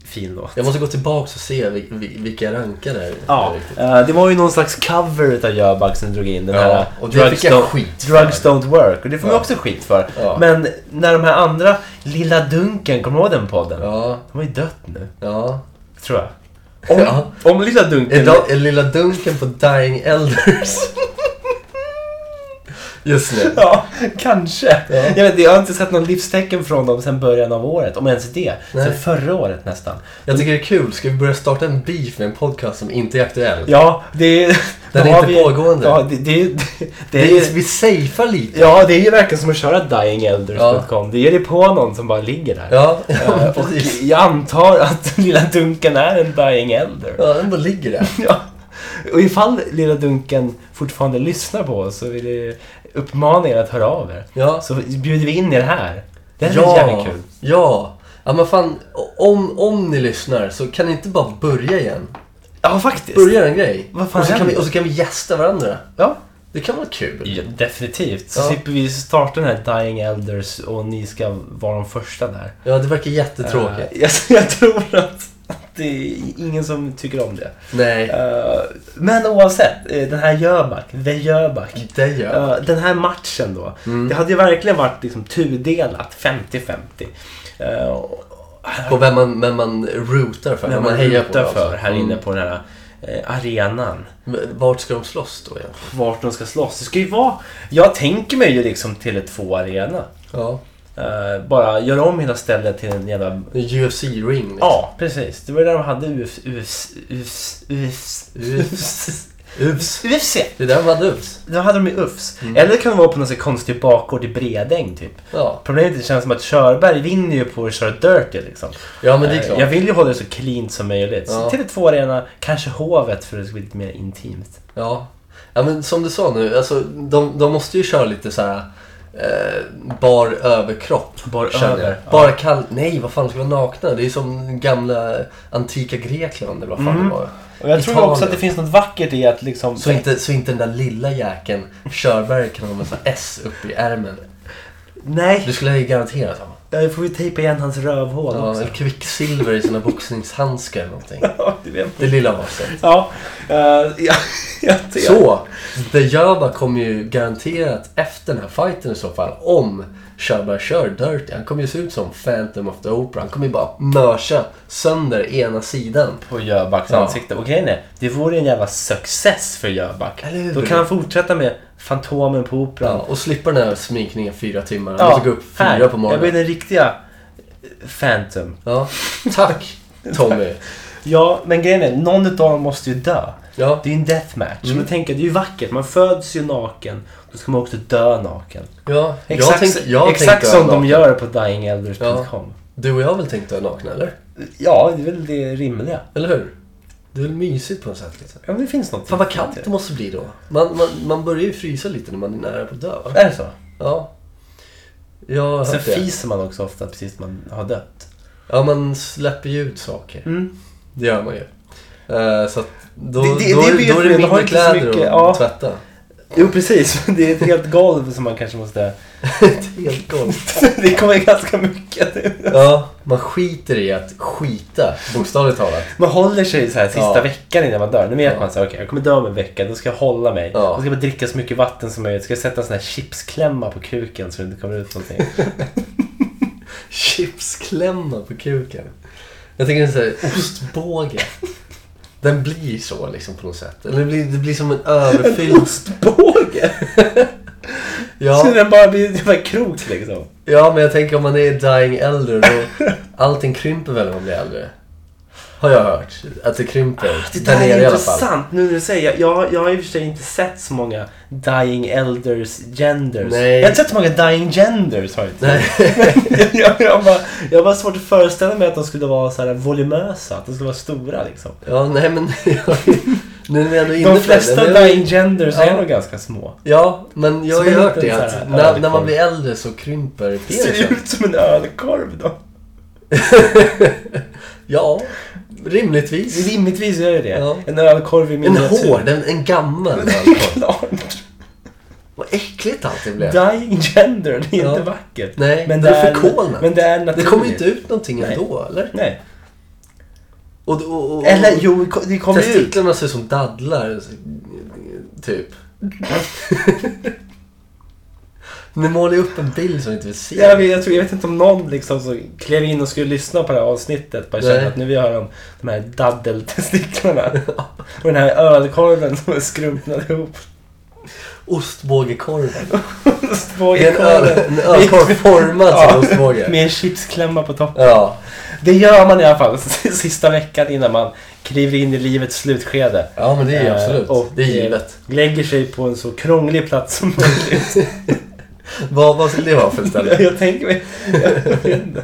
fin låt.
Jag måste gå tillbaka och se vil, vil, vilka jag rankade. här.
Ja, eh, det var ju någon slags cover utav Jöback som drog in den
Ja,
här
och det fick jag
don't-
skit för.
Drugs Don't Work och det får man
Ja.
också skit för.
Ja.
Men när de här andra, Lilla Dunken, kommer du ihåg den podden?
Ja,
De har ju dött nu,
ja.
tror jag. Om,
Ja.
om Lilla Dunken...
Är, då, är lilla dunken på Dying Elders? Just nu.
Ja, kanske.
Ja.
Jag, vet, inte, jag har inte sett någon livstecken från dem sedan början av året, om ens det.
Nej.
Sen förra året nästan.
Jag tycker det är kul. Ska vi börja starta en beef med en podcast som inte är aktuell?
Ja, det...
Den
då
är
har
inte pågående.
Ja, det, det, det, det
Det är, vi safear lite.
Ja, det är ju verkligen som att köra dyingelders.com. Det ger dig på någon som bara ligger där.
Ja,
Eh,
ja
Och
precis.
jag antar att Lilla Dunken är en dying elder.
Ja, den bara ligger där.
Ja. Och ifall Lilla Dunken fortfarande lyssnar på oss så vill jag uppmana er att höra av er.
Ja.
Så bjuder vi in er här. Det hade varit
Ja,
jävligt kul.
ja. Ja, men fan. Om, om ni lyssnar så kan ni inte bara börja igen?
Ja, faktiskt.
Börja en grej.
Vad fan
och, så kan
händer?
vi, och så kan vi gästa varandra.
Ja.
Det kan vara kul.
Ja, definitivt. Så
Ja.
slipper vi starta den här Dying Elders och ni ska vara de första där.
Ja, det verkar jättetråkigt.
Eh, jag, jag tror att att det är ingen som tycker om det.
Nej,
Eh, men oavsett, eh, den här Jöback, The Jöback.
det gör jag.
Eh, den här matchen då. Det hade ju verkligen varit liksom tudelat, 50-50. Eh, och-
På vem man, vem man rootar för.
när
vem
man
hejar
hejar
alltså.
för här
Mm.
inne på den här eh, arenan.
Men Vart ska de slåss då igen?
Vart de ska slåss. Det ska ju vara... Jag tänker mig ju liksom Tele2 Arena.
Ja.
Eh, bara göra om hela stället till en jävla...
UFC-ring.
Ja, precis. Det var ju där de hade UFC... UFC... UFC... UFC...
Ufs.
UFC.
Det är där man hade ufs.
Då hade de ju UFS. Eller det kan vara på någon sån här konstig bakgård i Bredäng typ.
Ja.
Problemet är att det känns som att Körberg vinner ju på att köra dirty liksom.
ja, men det är
Eh,
klart.
Jag vill ju hålla det så cleant som möjligt.
Ja.
Så Tele2 Arena, kanske Hovet för att det ska bli lite mer intimt.
Ja. ja, men som du sa nu, alltså, de, de måste ju köra lite så här eh, bar överkropp.
Bar
känner jag.
över, ja.
Bara kall... Nej, vad fan ska vara nakna? Det är som gamla antika Grekland eller vad fan
Mm.
det var.
Och jag tror
Italien.
också att det finns något vackert i att liksom...
Så inte, så inte den där lilla jäkeln, Körberg, kan ha med så här S upp i ärmen.
Nej,
Du skulle ju garanterat ha.
jag får ju tejpa igen hans rövhål
Ja,
också.
kvicksilver i sina boxningshandskar eller någonting.
Ja, du vet.
Det lilla vaset.
Ja, eh, ja, jag tror-
Så, The Jöba kommer ju garanterat efter den här fighten i så fall, om Shabba kör Dirty. Han kommer ju se ut som Phantom of the Opera. Han kommer ju bara mörsa sönder ena sidan.
på Jöbacks
Ja.
ansikte. Och grejen är, det vore en jävla success för Jöback.
Eller hur?
Då kan han fortsätta med Fantomen på Operan.
Ja, och slippa den här sminkningen fyra timmar. Han måste gå upp fyra
här.
på
Jag blir
morgonen.
den riktiga Phantom.
Ja, tack Tommy.
Ja, men grejen är, någon utav dem måste ju dö.
Ja,
Det är ju en deathmatch. Mm. Men tänk, det är ju vackert. Man föds ju naken. Då ska man också dö naken.
ja.
Exakt,
tänk- jag
exakt
tänkte
som
naken.
de gör på dyingelders.com.
Du och jag har väl tänkt att nakna, eller?
Ja. det är väl det rimliga.
Eller hur? Det är väl mysigt på något sätt. Liksom.
Ja, men det finns något.
Fan vad kallt det måste bli då. Man, man, man börjar ju frysa lite när man är nära på att dö va?
Är det så?
Ja. Jag har
Sen
hört det.
fiser man också ofta precis när man har dött.
Ja, man släpper ju ut saker.
Mm.
Det gör man ju. Eh, så att då,
Det- det-
då,
det
är-
vet
då är
vi,
det
de har
mindre
inte så
kläder
mycket-
att
ja.
tvätta.
Jo, precis. Det är ett helt golv som man kanske måste...
Helt konstigt.
Det kommer ganska mycket nu.
Ja, man skiter i att skita, bokstavligt talat.
Man håller sig så här sista
Ja.
veckan innan man dör. Nu vet
Ja.
man så här, okej, jag kommer dö om en vecka. Då ska jag hålla mig.
Ja.
Då ska jag dricka så mycket vatten som möjligt. Ska jag sätta en sån här chipsklämma på kuken så det inte kommer ut någonting.
Chipsklämma på kuken. Jag tänker en sån här ostbåge. Den blir så liksom på något sätt. Eller det blir, det blir som en överfylld...
Ostbåge! Så
Ja,
den bara blir det var en krok liksom.
ja, men jag tänker om man är dying äldre då... Allting krymper väl när man blir äldre? Har jag hört. Att det krymper.
Ah, Det där är intressant nu när du säger. Jag, jag har i och för sig inte sett så många Dying Elders Genders.
Nej.
Jag har inte sett så många Dying Genders har jag inte.
Nej.
jag, jag, bara, jag har bara svårt att föreställa mig att de skulle vara så här volumösa. Att de skulle vara stora liksom.
Ja, nej men... nu när jag ändå är inne på
De
det-
flesta
nu är jag-
Dying Genders
Ja.
är nog ganska små.
Ja, men jag har ju
Som en
hört det
liten så
att
här
när, när man
ölkorv.
blir äldre så krymper
Det ser
penisen.
ut som en ölkorv då.
Ja, rimligtvis.
Rimligtvis gör ju det.
Ja.
En ölkorv i
En
miniatyr.
hård, en, en gammal ölkorv.
Klart.
Vad äckligt allt det blev.
Dying gender, det är
Ja.
inte vackert.
Nej,
men
det
det,
är
är,
förkolnat.
men det är
Det
naturligt.
kommer ju inte ut någonting
Nej.
ändå, eller?
Nej.
Och, och, och,
Eller jo, det kommer ju ut.
Testiklarna ser ut som dadlar, typ. Ni målar ju upp en bild som inte vill se.
Jag vet, jag, tror, jag vet inte om någon liksom så klev in och skulle lyssna på det här avsnittet bara
Nej.
kände att nu vill jag höra om de här daddeltestiklarna. och den här ölkorven som är skrumpnad ihop.
Ostbågekorven. Det är en, öl,
Ostbågekorven.
en ölkorv formad som
Ja,
ostbåge.
Med en chipsklämma på toppen.
Ja,
Det gör man i alla fall sista veckan innan man kliver in i livets slutskede.
ja men det är ju
Eh,
absolut.
och-
det är givet.
Lägger sig på en så krånglig plats som möjligt.
Vad, vad skulle det vara för ställe?
jag tänker mig... Jag vet inte.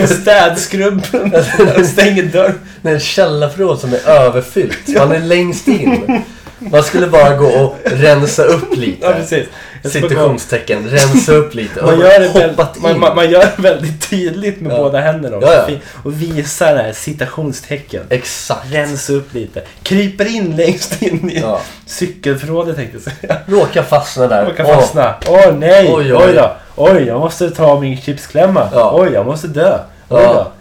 En städskrubben och stänger dörren.
Det är ett källarförråd som är överfyllt. Man är längst in. Man skulle bara gå och rensa upp
Ja,
lite.
precis. Jag ska bara gå.
Citationstecken. Rensa upp lite.
Man
Och
gör, det
hoppat
väl, man,
in.
man, man gör det väldigt tydligt med
Ja.
båda händerna också.
Ja, ja.
Fin- och visar det här citationstecken.
Exakt.
Rensa upp lite. Kryper in längst in i
Ja.
cykelförrådet tänkte jag säga.
Råkar fastna där.
Råkar
Åh,
fastna. Åh nej!
Oj,
Oj,
oj.
då! Oj, jag måste ta min chipsklämma.
Ja.
Oj, jag måste dö. Oj
Ja.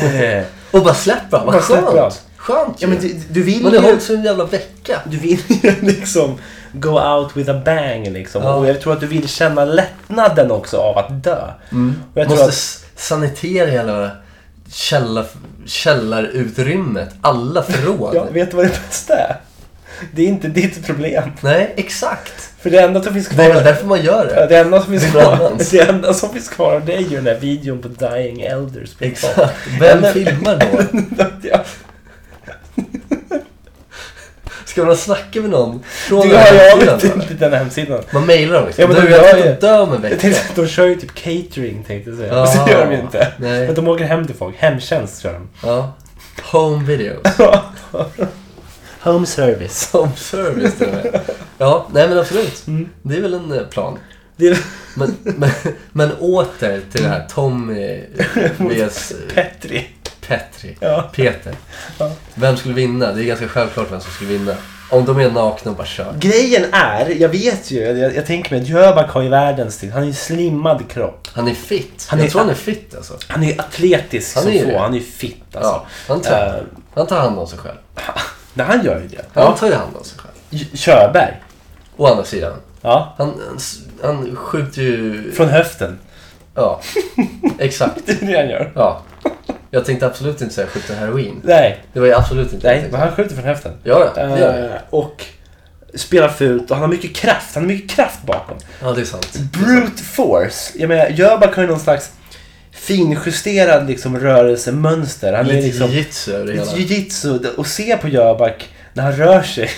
då. Eh.
Och bara släpper han. Vad
Bara släpper han.
skönt. Skönt
Ja,
ju.
men du, du vill
Man har
ju...
hållit sig en jävla vecka.
Du vill ju liksom go out with a bang liksom.
Ja.
Och jag tror att du vill känna lättnaden också av att dö. Och jag tror
Mm. Måste
att-
s- sanitera hela källar, källarutrymmet. Alla förråd.
Ja, vet du vad det bästa är? Det är inte ditt problem.
Nej, exakt.
För det enda som finns
Det är väl
kvar...
därför man gör
Ja,
det.
Det enda som
Det
finns
är
kvar,
annans.
det enda som finns kvar av det är ju den här videon på Dying Elders. på barn.
Exakt. Vem
Eller-
filmar då?
Ja.
Ska man snacka med någon från
Du har ju
hemsidan?
av till till den här hemsidan.
Man mejlar dem liksom.
Ja, men
du,
de
jag
gör
ska
ju-
dö om en
Jag
vecka.
tänkte att de kör ju typ catering tänkte jag säga. Men
Ah,
så gör de ju inte.
nej.
Men de åker hem till folk. Hemtjänst kör de.
Ja. Home video.
Home service. Mm.
Home service till och med. Ja, nej men absolut. Det är väl en eh, plan.
Det är
Men, men, men åter till det här
Mm.
Tommy vs eh,
Petri.
Petri.
Ja.
Peter.
Ja.
Vem skulle vinna? Det är ganska självklart vem som skulle vinna. Om de är nakna och bara kör.
Grejen är, jag vet ju, jag, jag tänker mig att Jöback har ju världens till. Han är ju slimmad kropp.
Han är fit.
Han
jag
är-
tror han är fit alltså.
Han är ju atletisk
Han
som
är ju
få.
det.
Han är ju fit
Ja,
alltså.
han, tar,
Eh,
han tar hand om sig själv.
nej, han gör ju det.
Han
Ja.
tar ju hand om sig själv.
J- Körberg.
Å andra sidan.
Ja.
Han, han, s- han skjuter ju...
Från höften.
Ja, exakt.
Det är det han gör.
Ja. Jag tänkte absolut inte säga skjuter heroin.
Nej,
Det var ju absolut inte
nej,
det jag
men
tänkte.
han skjuter från höften.
Ja, ja, det gör jag.
Eh, och spelar fult och han har mycket kraft. Han har mycket kraft bakom.
Ja, det är sant.
Brute force. Jag menar, Jöback har ju någon slags finjusterad liksom, rörelsemönster. Han är
Lite
liksom
jitsu över det hela.
lite jujitsu. Och se på Jöback när han rör sig.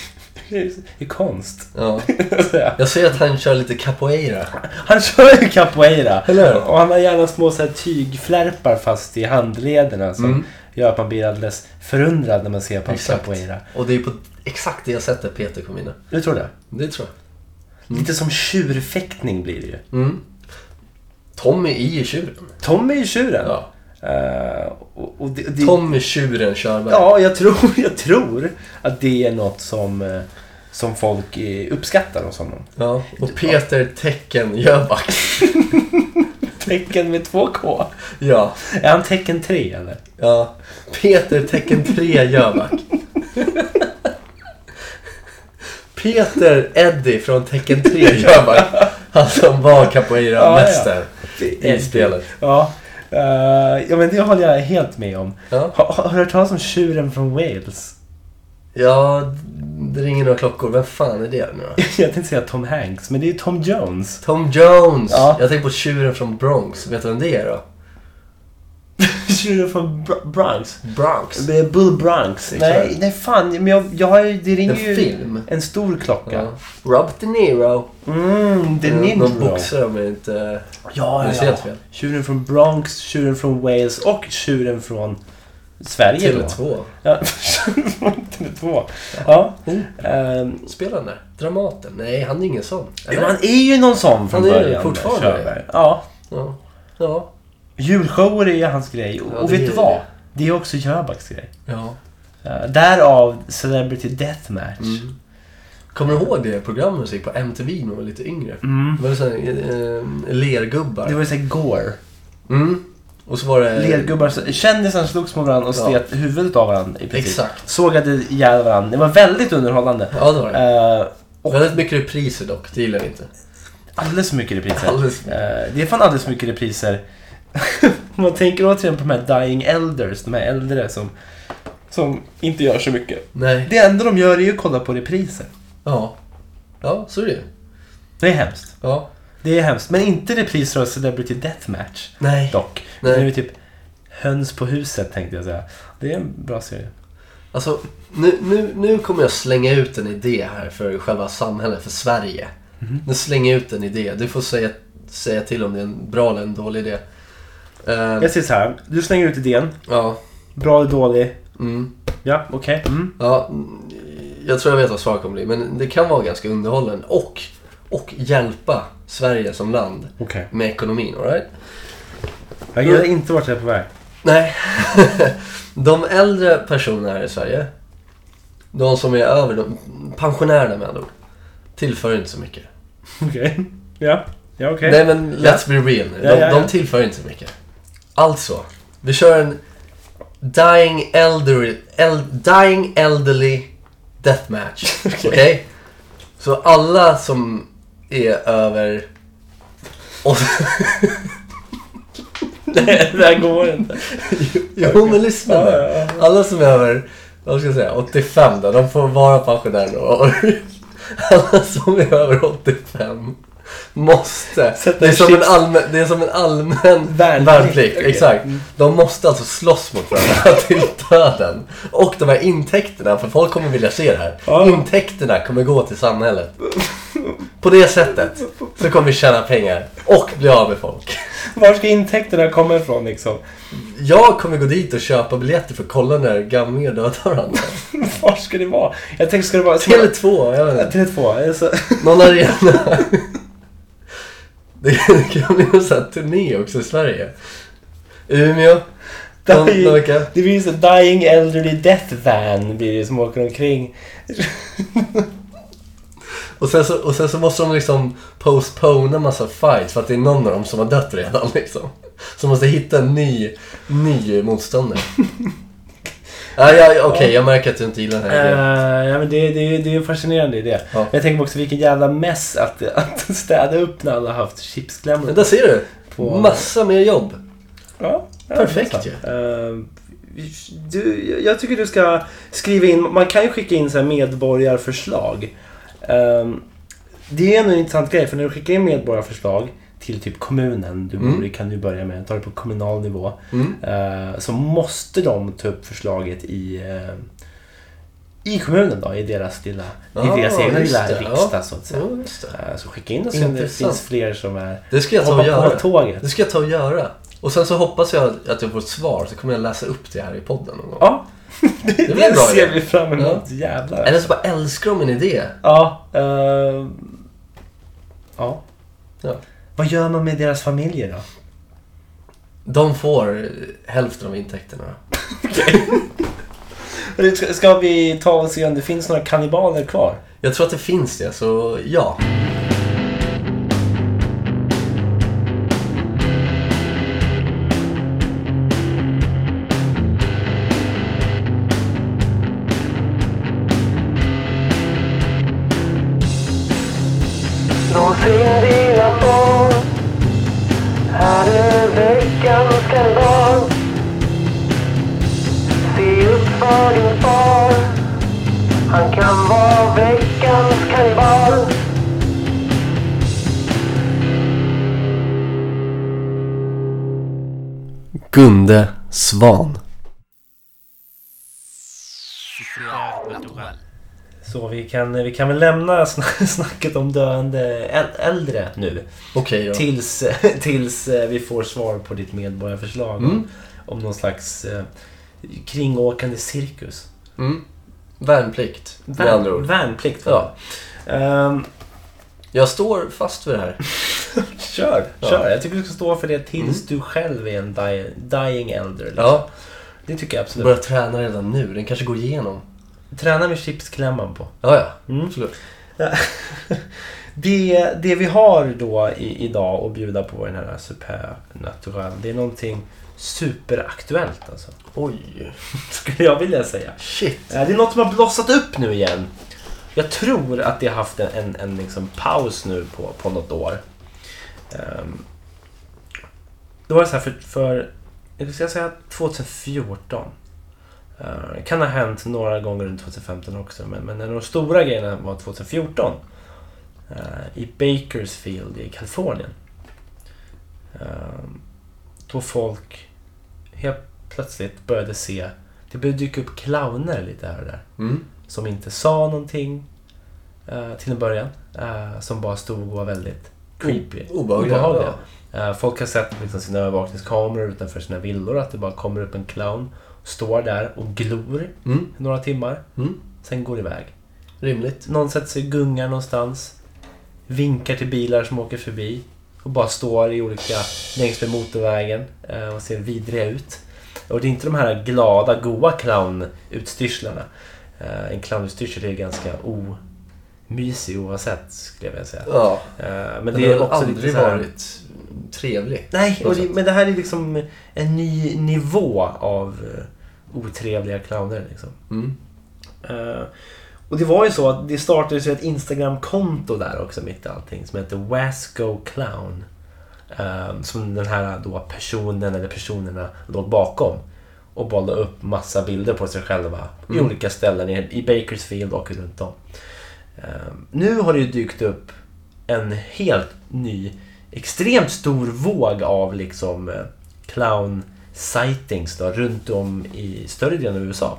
Det är konst.
Ja.
kan jag säga.
Jag ser att han kör lite capoeira.
Han kör ju capoeira.
Eller hur?
Och han har gärna små så här, tygflärpar fast i handlederna som
Mm.
gör att man blir alldeles förundrad när man ser på hans
Exakt.
capoeira.
Och det är på exakt det sättet Peter kommer vinna.
Du tror det?
Det tror jag.
Lite som tjurfäktning blir det ju.
Mm. Tommy är ju tjuren.
Tommy är ju tjuren.
Ja.
Eh, och, och det, det,
Tommy tjuren Körberg.
Ja, jag tror, jag tror att det är något som, eh, som folk eh, uppskattar hos honom.
Ja. Och Peter Tecken Jöback.
Tecken med två K.
Ja.
Är han tecken 3 eller?
ja. Peter Tecken 3 Jöback. Peter Eddie från Tecken 3 Jöback. Han som var capoeira-mästare i spelet.
Ja, eh, ja men det håller jag helt med om.
Ja.
Har, har du hört talas om tjuren från Wales?
ja, det ringer några klockor. Vem fan är det nu då?
jag tänkte säga Tom Hanks, men det är ju Tom Jones.
Tom Jones!
Ja.
Jag tänker på tjuren från Bronx. Vet du vem det är då?
Shooter från Br- Bronx.
Bronx.
Eh, Bull Bronx. Nej,
Exakt.
nej fan. Men jag, jag har ju... Det ringer
En
ju
film.
en stor klocka.
Ja. Robert De Niro.
Mm, The
Eh,
Ninja.
De boxar om jag inte...
Ja,
Nu
ja,
ser jag
ja.
inte fel.
Tjuren från Bronx, tjuren från Wales och tjuren från Sverige då.
Tele2.
Ja, från Tele2. Ja.
Oh.
Ehm,
Spelar han där? Dramaten? Nej, han är ingen sån.
jo,
Eller?
han är ju någon sån från
Han är ju
början.
fortfarande
Körberg. Ja.
Ja. ja.
Julshower är ju hans grej. Och,
Ja,
och
det
vet
är
du
det.
vad? Det är också Jöbacks grej.
ja.
Eh, därav Celebrity Deathmatch.
Mm. Kommer du ihåg det programmet som gick på MTV när man var lite yngre?
Mm.
Det var såhär, eh, lergubbar.
Det var ju såhär gore.
Mm. Och så var det...
Lergubbar, som- kändisar slogs mot varandra och
Ja.
slet huvudet av varandra i princip.
Exakt.
Sågade ihjäl varandra. Det var väldigt underhållande.
Ja, det var det.
Eh, och
Väldigt mycket repriser dock, det gillar vi inte.
alldeles för mycket repriser.
Alldeles...
Eh, det är fan alldeles för mycket repriser. Man tänker återigen på de här dying elders, de här äldre som, som inte gör så mycket.
Nej.
Det enda de gör är ju att kolla på repriser.
Ja. Ja, så är det ju.
Det är hemskt.
Ja.
Det är hemskt. Men inte repriser av Celebrity Deathmatch
Nej.
dock.
Nej.
Nej. Det är ju typ Höns på huset tänkte jag säga. Det är en bra serie.
Alltså, nu, nu, nu kommer jag slänga ut en idé här för själva samhället, för Sverige. Nu slänger jag ut en idé. Du får säga, säga till om det är en bra eller en dålig idé. Eh,
Jag säger så här. Du slänger ut idén.
ja.
Bra eller dålig?
Mm,
Ja, okej. Mm.
ja. mm, Jag tror jag vet vad svaret kommer bli, men det kan vara ganska underhållande och, och hjälpa Sverige som land
Okej.
med ekonomin. All right?
Jag har inte varit här på väg.
Nej. de äldre personerna här i Sverige, de som är över, de, pensionärerna med andra ord, tillför inte så mycket.
Okej. Ja. Ja, okej.
Nej men let's be real nu. De,
Ja, ja, ja.
de tillför inte så mycket. Alltså, vi kör en Dying Elderly, el, dying elderly Deathmatch. Okej? Så alla som är över... Och,
Nej, det här går inte.
jo men lyssna
Ja,
nu.
ja, ja.
Alla som är över vad ska jag säga, 85 då, de får vara pensionärer då. Alla som är över 85 måste.
Sätta
Det är, som en
chips.
allmän, det är som en allmän
Värnplikt.
värnplikt.
Okej. Mm.
Exakt. De måste alltså slåss mot varandra till döden. Och de här intäkterna, för folk kommer vilja se det här.
Ja.
Intäkterna kommer gå till samhället. På det sättet så kommer vi tjäna pengar och bli av med folk.
Var ska intäkterna komma ifrån liksom?
Jag kommer gå dit och köpa biljetter för att kolla när gamlingar dödar varandra.
Var ska det vara? Jag tänkte ska det vara...
Tele2, jag vet inte.
Tele2. Alltså,
Någon arena. Det kan bli en sån här turné också i Sverige. Umeå. Någon,
Dying-
någon vecka.
det finns en Dying Elderly Death Van blir det som åker omkring.
Och sen, så, och sen så måste de liksom postpona massa fights för att det är någon av dem som har dött redan liksom. Så de måste hitta en ny, ny motståndare. ja, ja, Okej, jag märker att du inte gillar den här idén.
Eh, ja, men det, det, det är en fascinerande idé.
Ja.
Men jag tänker också vilken jävla mess att, att städa upp när alla har haft chipsklämmor.
Men där ser du!
På-
Massa mer jobb.
Ja, ja,
Perfekt
det är sant. Eh, du, jag- jag tycker du ska skriva in, man kan ju skicka in så här medborgarförslag. Eh, det är en intressant grej för när du skickar in medborgarförslag till typ kommunen du bor i kan du börja med, ta det på kommunal nivå.
Mm.
Eh, så måste de ta upp förslaget i, eh, i kommunen då, i deras lilla,
Ah,
i deras egna
just
lilla
det, ja.
riksdag så att säga.
Ja, just det.
Eh, så skicka in och se om det
Intressant.
finns fler som är
Det ska jag ta och
hoppar
göra.
på tåget.
Det ska jag ta och göra. Och sen så hoppas jag att jag får ett svar så kommer jag läsa upp det här i podden någon gång.
Ja,
det blir en
det
bra
ser
idé.
vi fram emot. Jävlar.
Eller så bara älskar de min idé.
Ja. eh, ja.
Ja.
Vad gör man med deras familjer då?
De får eh, hälften av intäkterna. då.
Eller Ska, ska vi ta och se om det finns några kannibaler kvar?
Jag tror att det finns det, så ja.
Någonting dela på Här är veckans skandal Se upp för din far Han kan vara veckans kannibal
Gunde Svan.
Så vi kan, vi kan väl lämna sn- snacket om döende äl- äldre nu.
Okej då.
Tills, tills eh, vi får svar på ditt medborgarförslag. Om, om någon slags eh, kringåkande cirkus.
Mm. Värnplikt, med
Värn-
andra ord.
Värnplikt va?
Ja,
Ehm,
jag står fast vid det här.
kör,
Ja. Mm.
kör. Jag tycker du ska stå för det tills du själv är en dy- dying elder. Liksom.
Ja,
Det tycker jag absolut.
börja träna redan nu. Den kanske går igenom.
Träna med chipsklämman på.
Ja, ja.
Mm.
Absolut.
Det, det vi har då i, idag att bjuda på i den här Supernatural, det är någonting superaktuellt alltså.
Oj.
Skulle jag vilja säga.
Shit.
Eh, Det är något som har blossat upp nu igen. Jag tror att det har haft en, en, en liksom paus nu på, på något år. Ehm, det var så här för, för jag ska säga 2014. Eh, Det kan ha hänt några gånger under 2015 också, men, men en av de stora grejerna var 2014. eh, I Bakersfield i Kalifornien. Ehm, då folk helt plötsligt började se, det började dyka upp clowner lite här och där
Mm.
som inte sa någonting eh, till en början. eh, som bara stod och var väldigt creepy.
O- obehagliga,
Eh, folk har sett liksom, sina övervakningskameror utanför sina villor att det bara kommer upp en clown, står där och glor
Mm.
några timmar,
Mm.
sen går iväg.
Rimligt.
Någon sätter sig och gungar någonstans, vinkar till bilar som åker förbi och bara står i olika längs med motorvägen eh, och ser vidriga ut. Och det är inte de här glada, goa clownutstyrslarna. Eh, En clownutstyrsel är ganska omysig oavsett skulle jag vilja säga.
Ja.
Eh, Men
Den
det är
har
också
aldrig
lite så här...
varit trevlig.
Nej, och det,
Någonstans.
men det här är liksom en ny nivå av eh, otrevliga clowner. Liksom.
Mm.
Eh, och det var ju så att det startades ju ett Instagram-konto där också mitt i allting som hette Wasco Clown. Eh, som den här då personen eller personerna låg bakom. Och bara la upp massa bilder på sig själva i olika ställen i, i Bakersfield och runt om. Eh, nu har det ju dykt upp en helt ny extremt stor våg av liksom eh, clown sightings då, runt om i större delen av USA.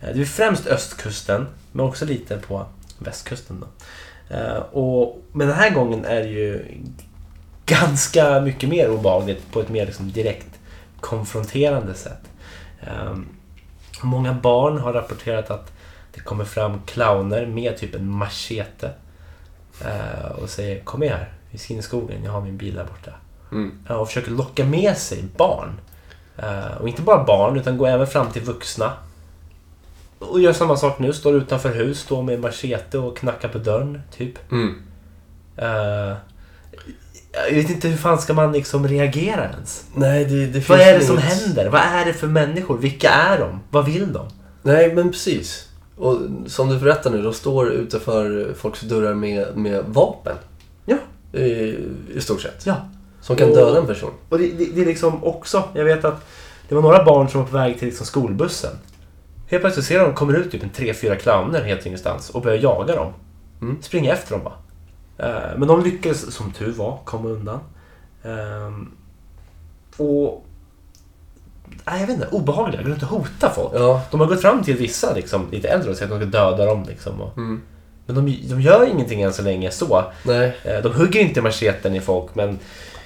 Eh, Det är främst östkusten, men också lite på västkusten. Då. Eh, Och, men den här gången är det ju ganska mycket mer obehagligt på ett mer liksom direkt konfronterande sätt. Ehm, Många barn har rapporterat att det kommer fram clowner med typ en machete eh, och säger kom med här, vi ska in i skogen, jag har min bil där borta.
Mm.
Ja, och försöker locka med sig barn. Eh, Och inte bara barn, utan går även fram till vuxna. Och gör samma sak nu, står utanför hus, står med machete och knackar på dörren, typ.
Mm.
Eh, Jag vet inte hur fan ska man liksom reagera ens?
Nej, det, det finns
Vad är det
inget-
som händer? Vad är det för människor? Vilka är de? Vad vill de?
Nej, men precis. Och som du berättar nu, de står utanför folks dörrar med, med vapen.
Ja,
I, I stort sett.
ja.
Som kan
Och-
döda en person.
Och det, det, det är liksom också, jag vet att det var några barn som var på väg till liksom skolbussen. Helt plötsligt ser de kommer ut typ en tre, fyra clowner helt ingenstans och börjar jaga dem.
Mm.
Springa efter dem bara. Eh, Men de lyckades, som tur var, komma undan. Ehm, Och... Nej, jag vet inte, obehagliga. Går inte och hota folk.
Ja.
De har gått fram till vissa liksom, lite äldre och sagt att de ska döda dem. Liksom, och,
Mm.
men de, de gör ingenting än så länge så.
Nej.
Eh, De hugger inte macheten i folk men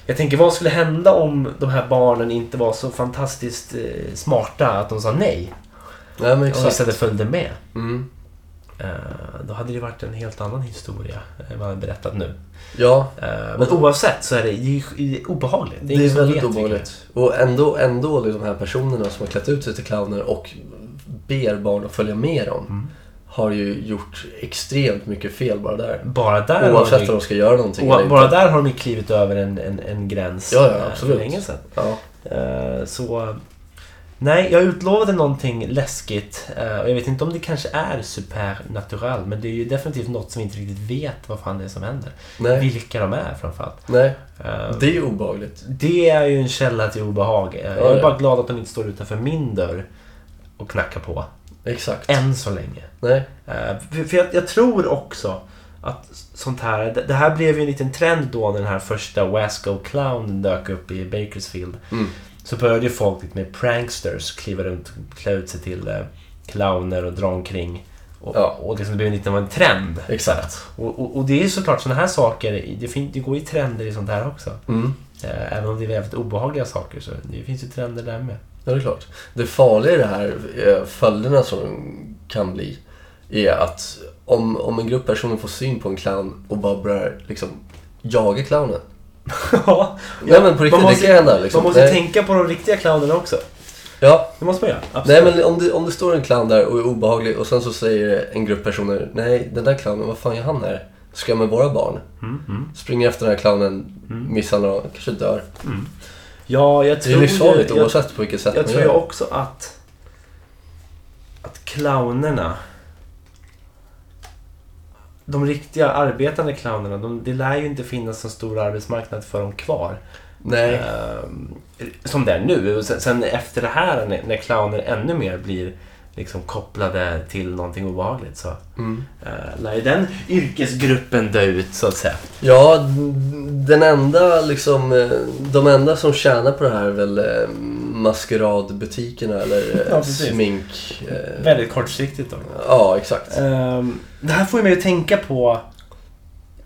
jag tänker vad skulle hända om de här barnen inte var så fantastiskt eh, smarta att de sa nej?
Nej, men
Och
exakt.
istället följde med.
Mm.
Eh, Då hade det varit en helt annan historia än vad jag berättat nu.
Ja.
Eh, Men oavsett så är det, det är ju det är liksom obehagligt.
Det
ingen
är
som
väldigt
vet
obehagligt. Och ändå, ändå liksom de här personerna som har klätt ut sig till clowner och ber barn att följa med dem.
Mm.
Har ju gjort extremt mycket fel bara där.
vilka- Bara där, har
Oavsett om
de,
de ska göra någonting
oa-
eller
bara
inte.
där har de ju klivit över en, en, en gräns
Ja, ja,
eh,
absolut.
för länge sedan.
Ja.
Eh, Så... Nej, jag utlovade någonting läskigt. eh, Och jag vet inte om det kanske är supernatural, men det är ju definitivt något som vi inte riktigt vet vad fan det är som händer.
Nej.
Vilka de är framförallt.
Nej.
Eh,
Det är ju obehagligt.
Det är ju en källa till obehag. Eh,
Ja,
Jag är
ja.
bara glad att de inte står utanför min dörr och knackar på.
Exakt.
Än så länge.
Nej.
Eh, För för jag, jag tror också att sånt här, det- det här blev ju en liten trend då när den här första Wasco Clown dök upp i Bakersfield.
Mm.
Så började ju folk lite med pranksters kliva runt, klä ut sig till eh, clowner och dra omkring. Och,
Ja.
och liksom det blev lite av en trend.
Exakt.
Och, och, och det är ju såklart sådana här saker, det, fin, det går ju trender i sånt här också.
Mm.
Eh, Även om det är jävligt obehagliga saker så det finns ju trender där med.
Ja, det är klart. Det farliga i det här, eh, följderna som kan bli, är att om, om en grupp personer får syn på en clown och bara börjar liksom jaga clownen.
ja,
Nej men på riktigt,
man måste,
det kan hända. Liksom.
man måste
Nej.
tänka på de riktiga clownerna också.
Ja.
Det måste man göra.
Nej men om det, om det står en clown där och är obehaglig och sen så säger en grupp personer Nej den där clownen, vad fan gör han här? Ska med våra barn?
Mm,
Springer efter den här clownen, misshandlar honom, kanske dör.
Ja, jag
Det
tror
är liksom livsfarligt
jag,
oavsett på vilket sätt
jag
man
tror
gör
jag
det.
också att att clownerna de riktiga arbetande clownerna, de, det lär ju inte finnas en stor arbetsmarknad för dem kvar.
Nej,
Ehm, som det är nu. Och Sen, sen efter det här när, när clowner ännu mer blir liksom kopplade till någonting obehagligt så
Mm.
eh, lär ju den yrkesgruppen dö ut så att säga.
Ja, den enda liksom, eh, de enda som tjänar på det här är väl eh, maskeradbutikerna eller eh,
Ja, precis.
smink. eh,
Väldigt kortsiktigt då.
Ja, exakt.
Ehm, det här får ju mig att tänka på...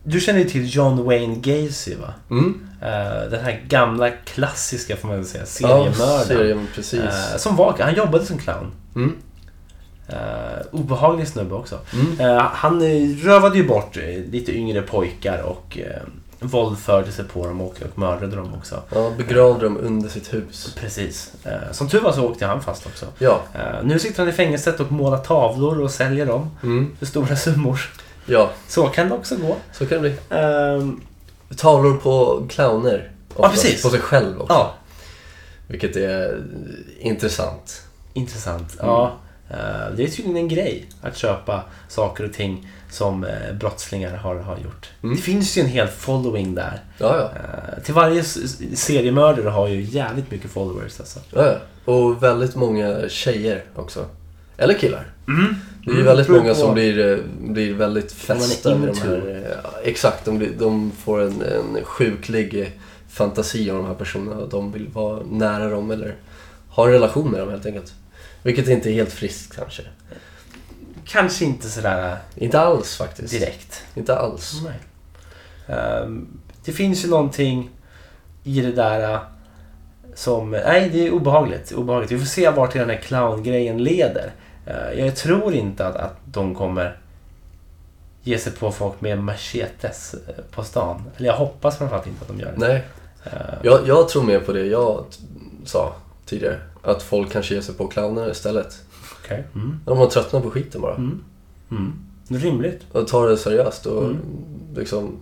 Du känner ju till John Wayne Gacy va?
Mm.
Eh, den här gamla klassiska får man väl säga,
Ja,
seriemördaren.
serien, precis.
Eh, som var, han jobbade som clown.
Mm.
Eh, obehaglig snubbe också.
Mm.
Eh, han eh, rövade ju bort eh, lite yngre pojkar och eh, våldförde sig på dem och, och mördade dem också.
Ja, begravde dem under sitt hus.
Precis. Eh, som tur var så åkte han fast också.
Ja,
Eh, nu sitter han i fängelset och målar tavlor och säljer dem
mm.
för stora summor.
ja,
Så kan det också gå.
så kan det bli.
Ehm,
Tavlor på clowner.
Ja,
oftast,
precis.
På sig själv också.
ja,
Vilket är eh, intressant.
intressant. Ja, eh, det är tydligen en grej att köpa saker och ting som eh, brottslingar har, har gjort. Det finns ju en hel following där.
Ja, ja.
Eh, till varje s- s- seriemördare har ju jävligt mycket followers alltså.
Ja, ja. Och väldigt många tjejer också. Eller killar. Det är ju
Mm,
väldigt
beror
många
på.
som blir, eh, blir väldigt
man är
fästa vid de
into.
här. eh, ja, Exakt, de, blir, de får en, en sjuklig eh, fantasi om de här personerna. och De vill vara nära dem eller ha en relation med dem helt enkelt. Vilket inte är helt friskt kanske.
Kanske inte sådär
Inte alls faktiskt.
direkt.
Inte alls.
Nej. Ehm, det finns ju någonting i det där eh, som... Nej, det är obehagligt. obehagligt. Vi får se vart den här clowngrejen leder. Eh, jag tror inte att, att de kommer ge sig på folk med machetes eh, på stan. Eller jag hoppas framförallt inte att de gör det.
Nej.
Eh.
Jag, jag tror mer på det jag t- sa tidigare. Att folk kanske ger sig på clowner istället.
Okej. Mm.
De har tröttnat på skiten bara.
Mm. Rimligt.
och tar det seriöst och
Mm.
liksom...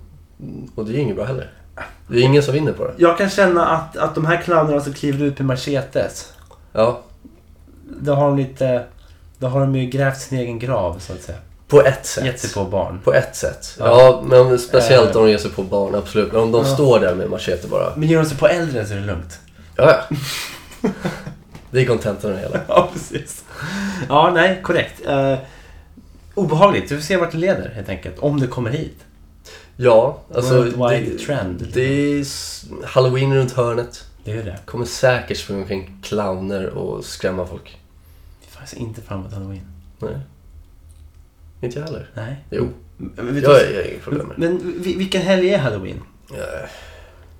Och det är ju inget bra heller. Det är ingen som vinner på det.
Jag kan känna att, att de här clownerna som kliver ut med machetes
Ja,
Då har de lite... Då har de ju grävt sin egen grav så att säga.
på ett sätt.
Gett sig på barn.
På ett sätt.
Ja.
Ja, men speciellt
Eh.
om de ger sig på barn, absolut. Men om de
Ja.
står där med machete bara.
Men ger de sig på äldre så är det lugnt.
Ja, ja. Det är kontentan av det hela.
Ja, precis. Ja, nej, korrekt. Eh, obehagligt. Vi får se vart det leder helt enkelt. Om det kommer hit.
Ja, alltså...
Worldwide
det,
trend.
Det är s- halloween runt hörnet.
Det är ju det.
Kommer säkert springa omkring clowner och skrämma folk.
Vi får faktiskt inte fram emot halloween.
Nej. Inte jag heller.
Nej.
Jo,
Men,
jag,
vet du vad-
jag, har inget problem med det.
men vi- vilken helg är halloween?
Eh,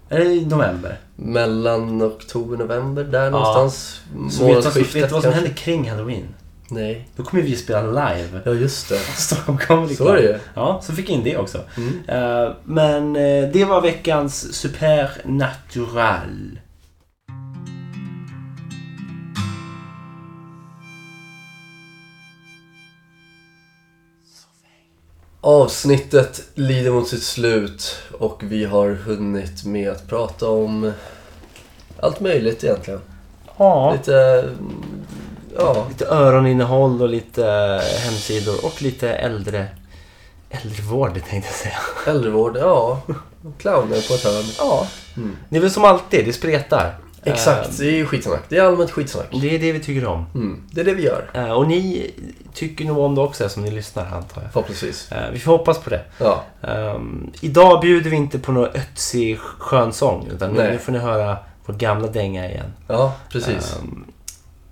Är det i november?
Mellan oktober och november, där någonstans.
Så vet du vad som, vet du vad som händer kring halloween?
Nej.
Då kommer vi spela live.
Ja, just det. Mm.
Stockholm Comedy
Så är det ju.
Ja, så fick jag in det också. Eh, men eh, det var veckans supernatural.
Avsnittet lider mot sitt slut och vi har hunnit med att prata om allt möjligt egentligen.
Ja.
Lite... mm, Ja.
Lite öroninnehåll och lite eh, hemsidor och lite äldre... Äldrevård tänkte jag säga.
Äldrevård, ja. Clowner på ett hörn.
Ja.
Mm.
Det är väl som alltid, det spretar. Ehm.
Exakt, det är ju skitsnack. Det är allmänt skitsnack.
Eh, det är det vi tycker om.
Mm. Det är det vi gör.
Eh, och ni tycker nog om det också som ni lyssnar antar jag.
Förhoppningsvis.
Eh, vi får hoppas på det.
Ja.
Ehm, idag bjuder vi inte på någon ötsig skönsång utan nu,
Nej.
nu får ni höra vår gamla dänga igen.
Ja, precis.
Ehm,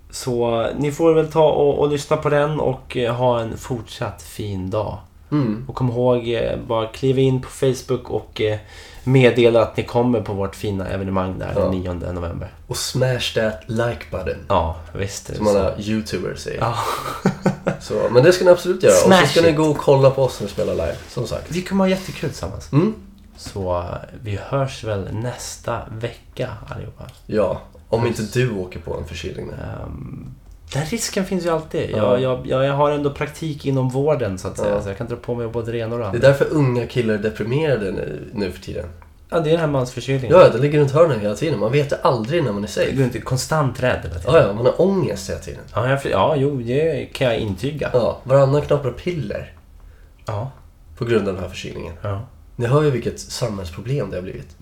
så ni får väl ta och, och lyssna på den och eh, ha en fortsatt fin dag.
Mm.
Och kom ihåg, eh, bara kliva in på Facebook och eh, meddela att ni kommer på vårt fina evenemang där
Ja.
den 9 november.
Och smash that like button.
Ja, visst är det
Som alla
så.
youtubers säger.
Ja.
Så, men det ska ni absolut göra. och så
Smash
ska ni
it.
gå och kolla på oss när vi spelar live. Som sagt.
Vi kommer ha jättekul tillsammans.
Mm.
Så eh, vi hörs väl nästa vecka allihopa.
Ja, om inte du åker på en förkylning.
Ehm, den risken finns ju alltid.
Ja.
Jag, jag, jag, jag har ändå praktik inom vården så att säga.
Ja.
Så jag kan dra på mig både det ena och det
Det är
andra.
därför unga killar är deprimerade nu, nu för tiden.
Ja, det är den här mansförkylningen.
Ja, det ligger runt hörnen hela tiden. Man vet ju aldrig när man är
Du
safe.
är inte konstant rädd hela tiden.
Ja, ja, man har ångest hela tiden.
Ja, jag, ja, jo, det kan jag intyga.
Ja, varannan knappar piller
Ja.
på grund av den här förkylningen.
ja.
Ni hör ju vilket samhällsproblem det har blivit.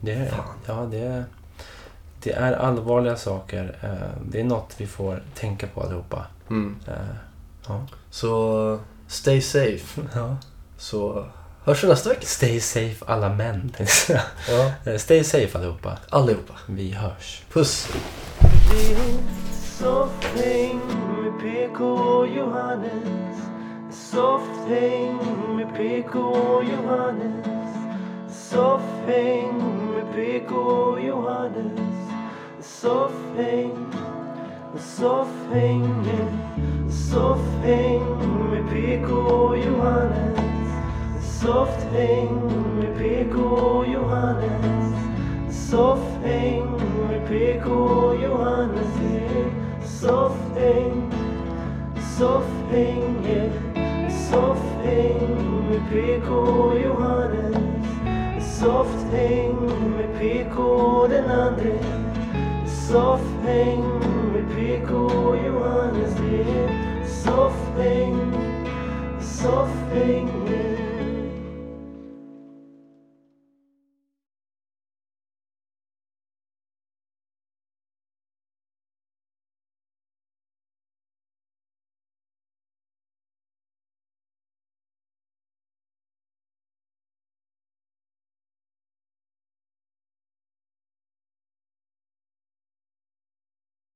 Det,
Fan.
ja, det, det är allvarliga saker. Eh, Det är något vi får tänka på allihopa.
Mm.
Eh, Ja.
Så stay safe. Så hörs vi nästa vecka.
Stay safe alla män.
Ja,
Eh, Stay safe allihopa.
allihopa.
Vi hörs.
Puss.
Soft thing med PK och Johannes. Soft thing med PK och Johannes. Soft thing med PK och Johannes. Soft thing. Soft thing. Soft thing med PK och Johannes. Soft thing med PK och Johannes. Soft thing med PK och Johannes. yeah. Soft thing. Soft thing, yeah. Soft thing med PK och Johannes. Soft thing med PK och den andre. Soft thing med PK och Johannes. Yeah. Soft thing. Soft thing, yeah.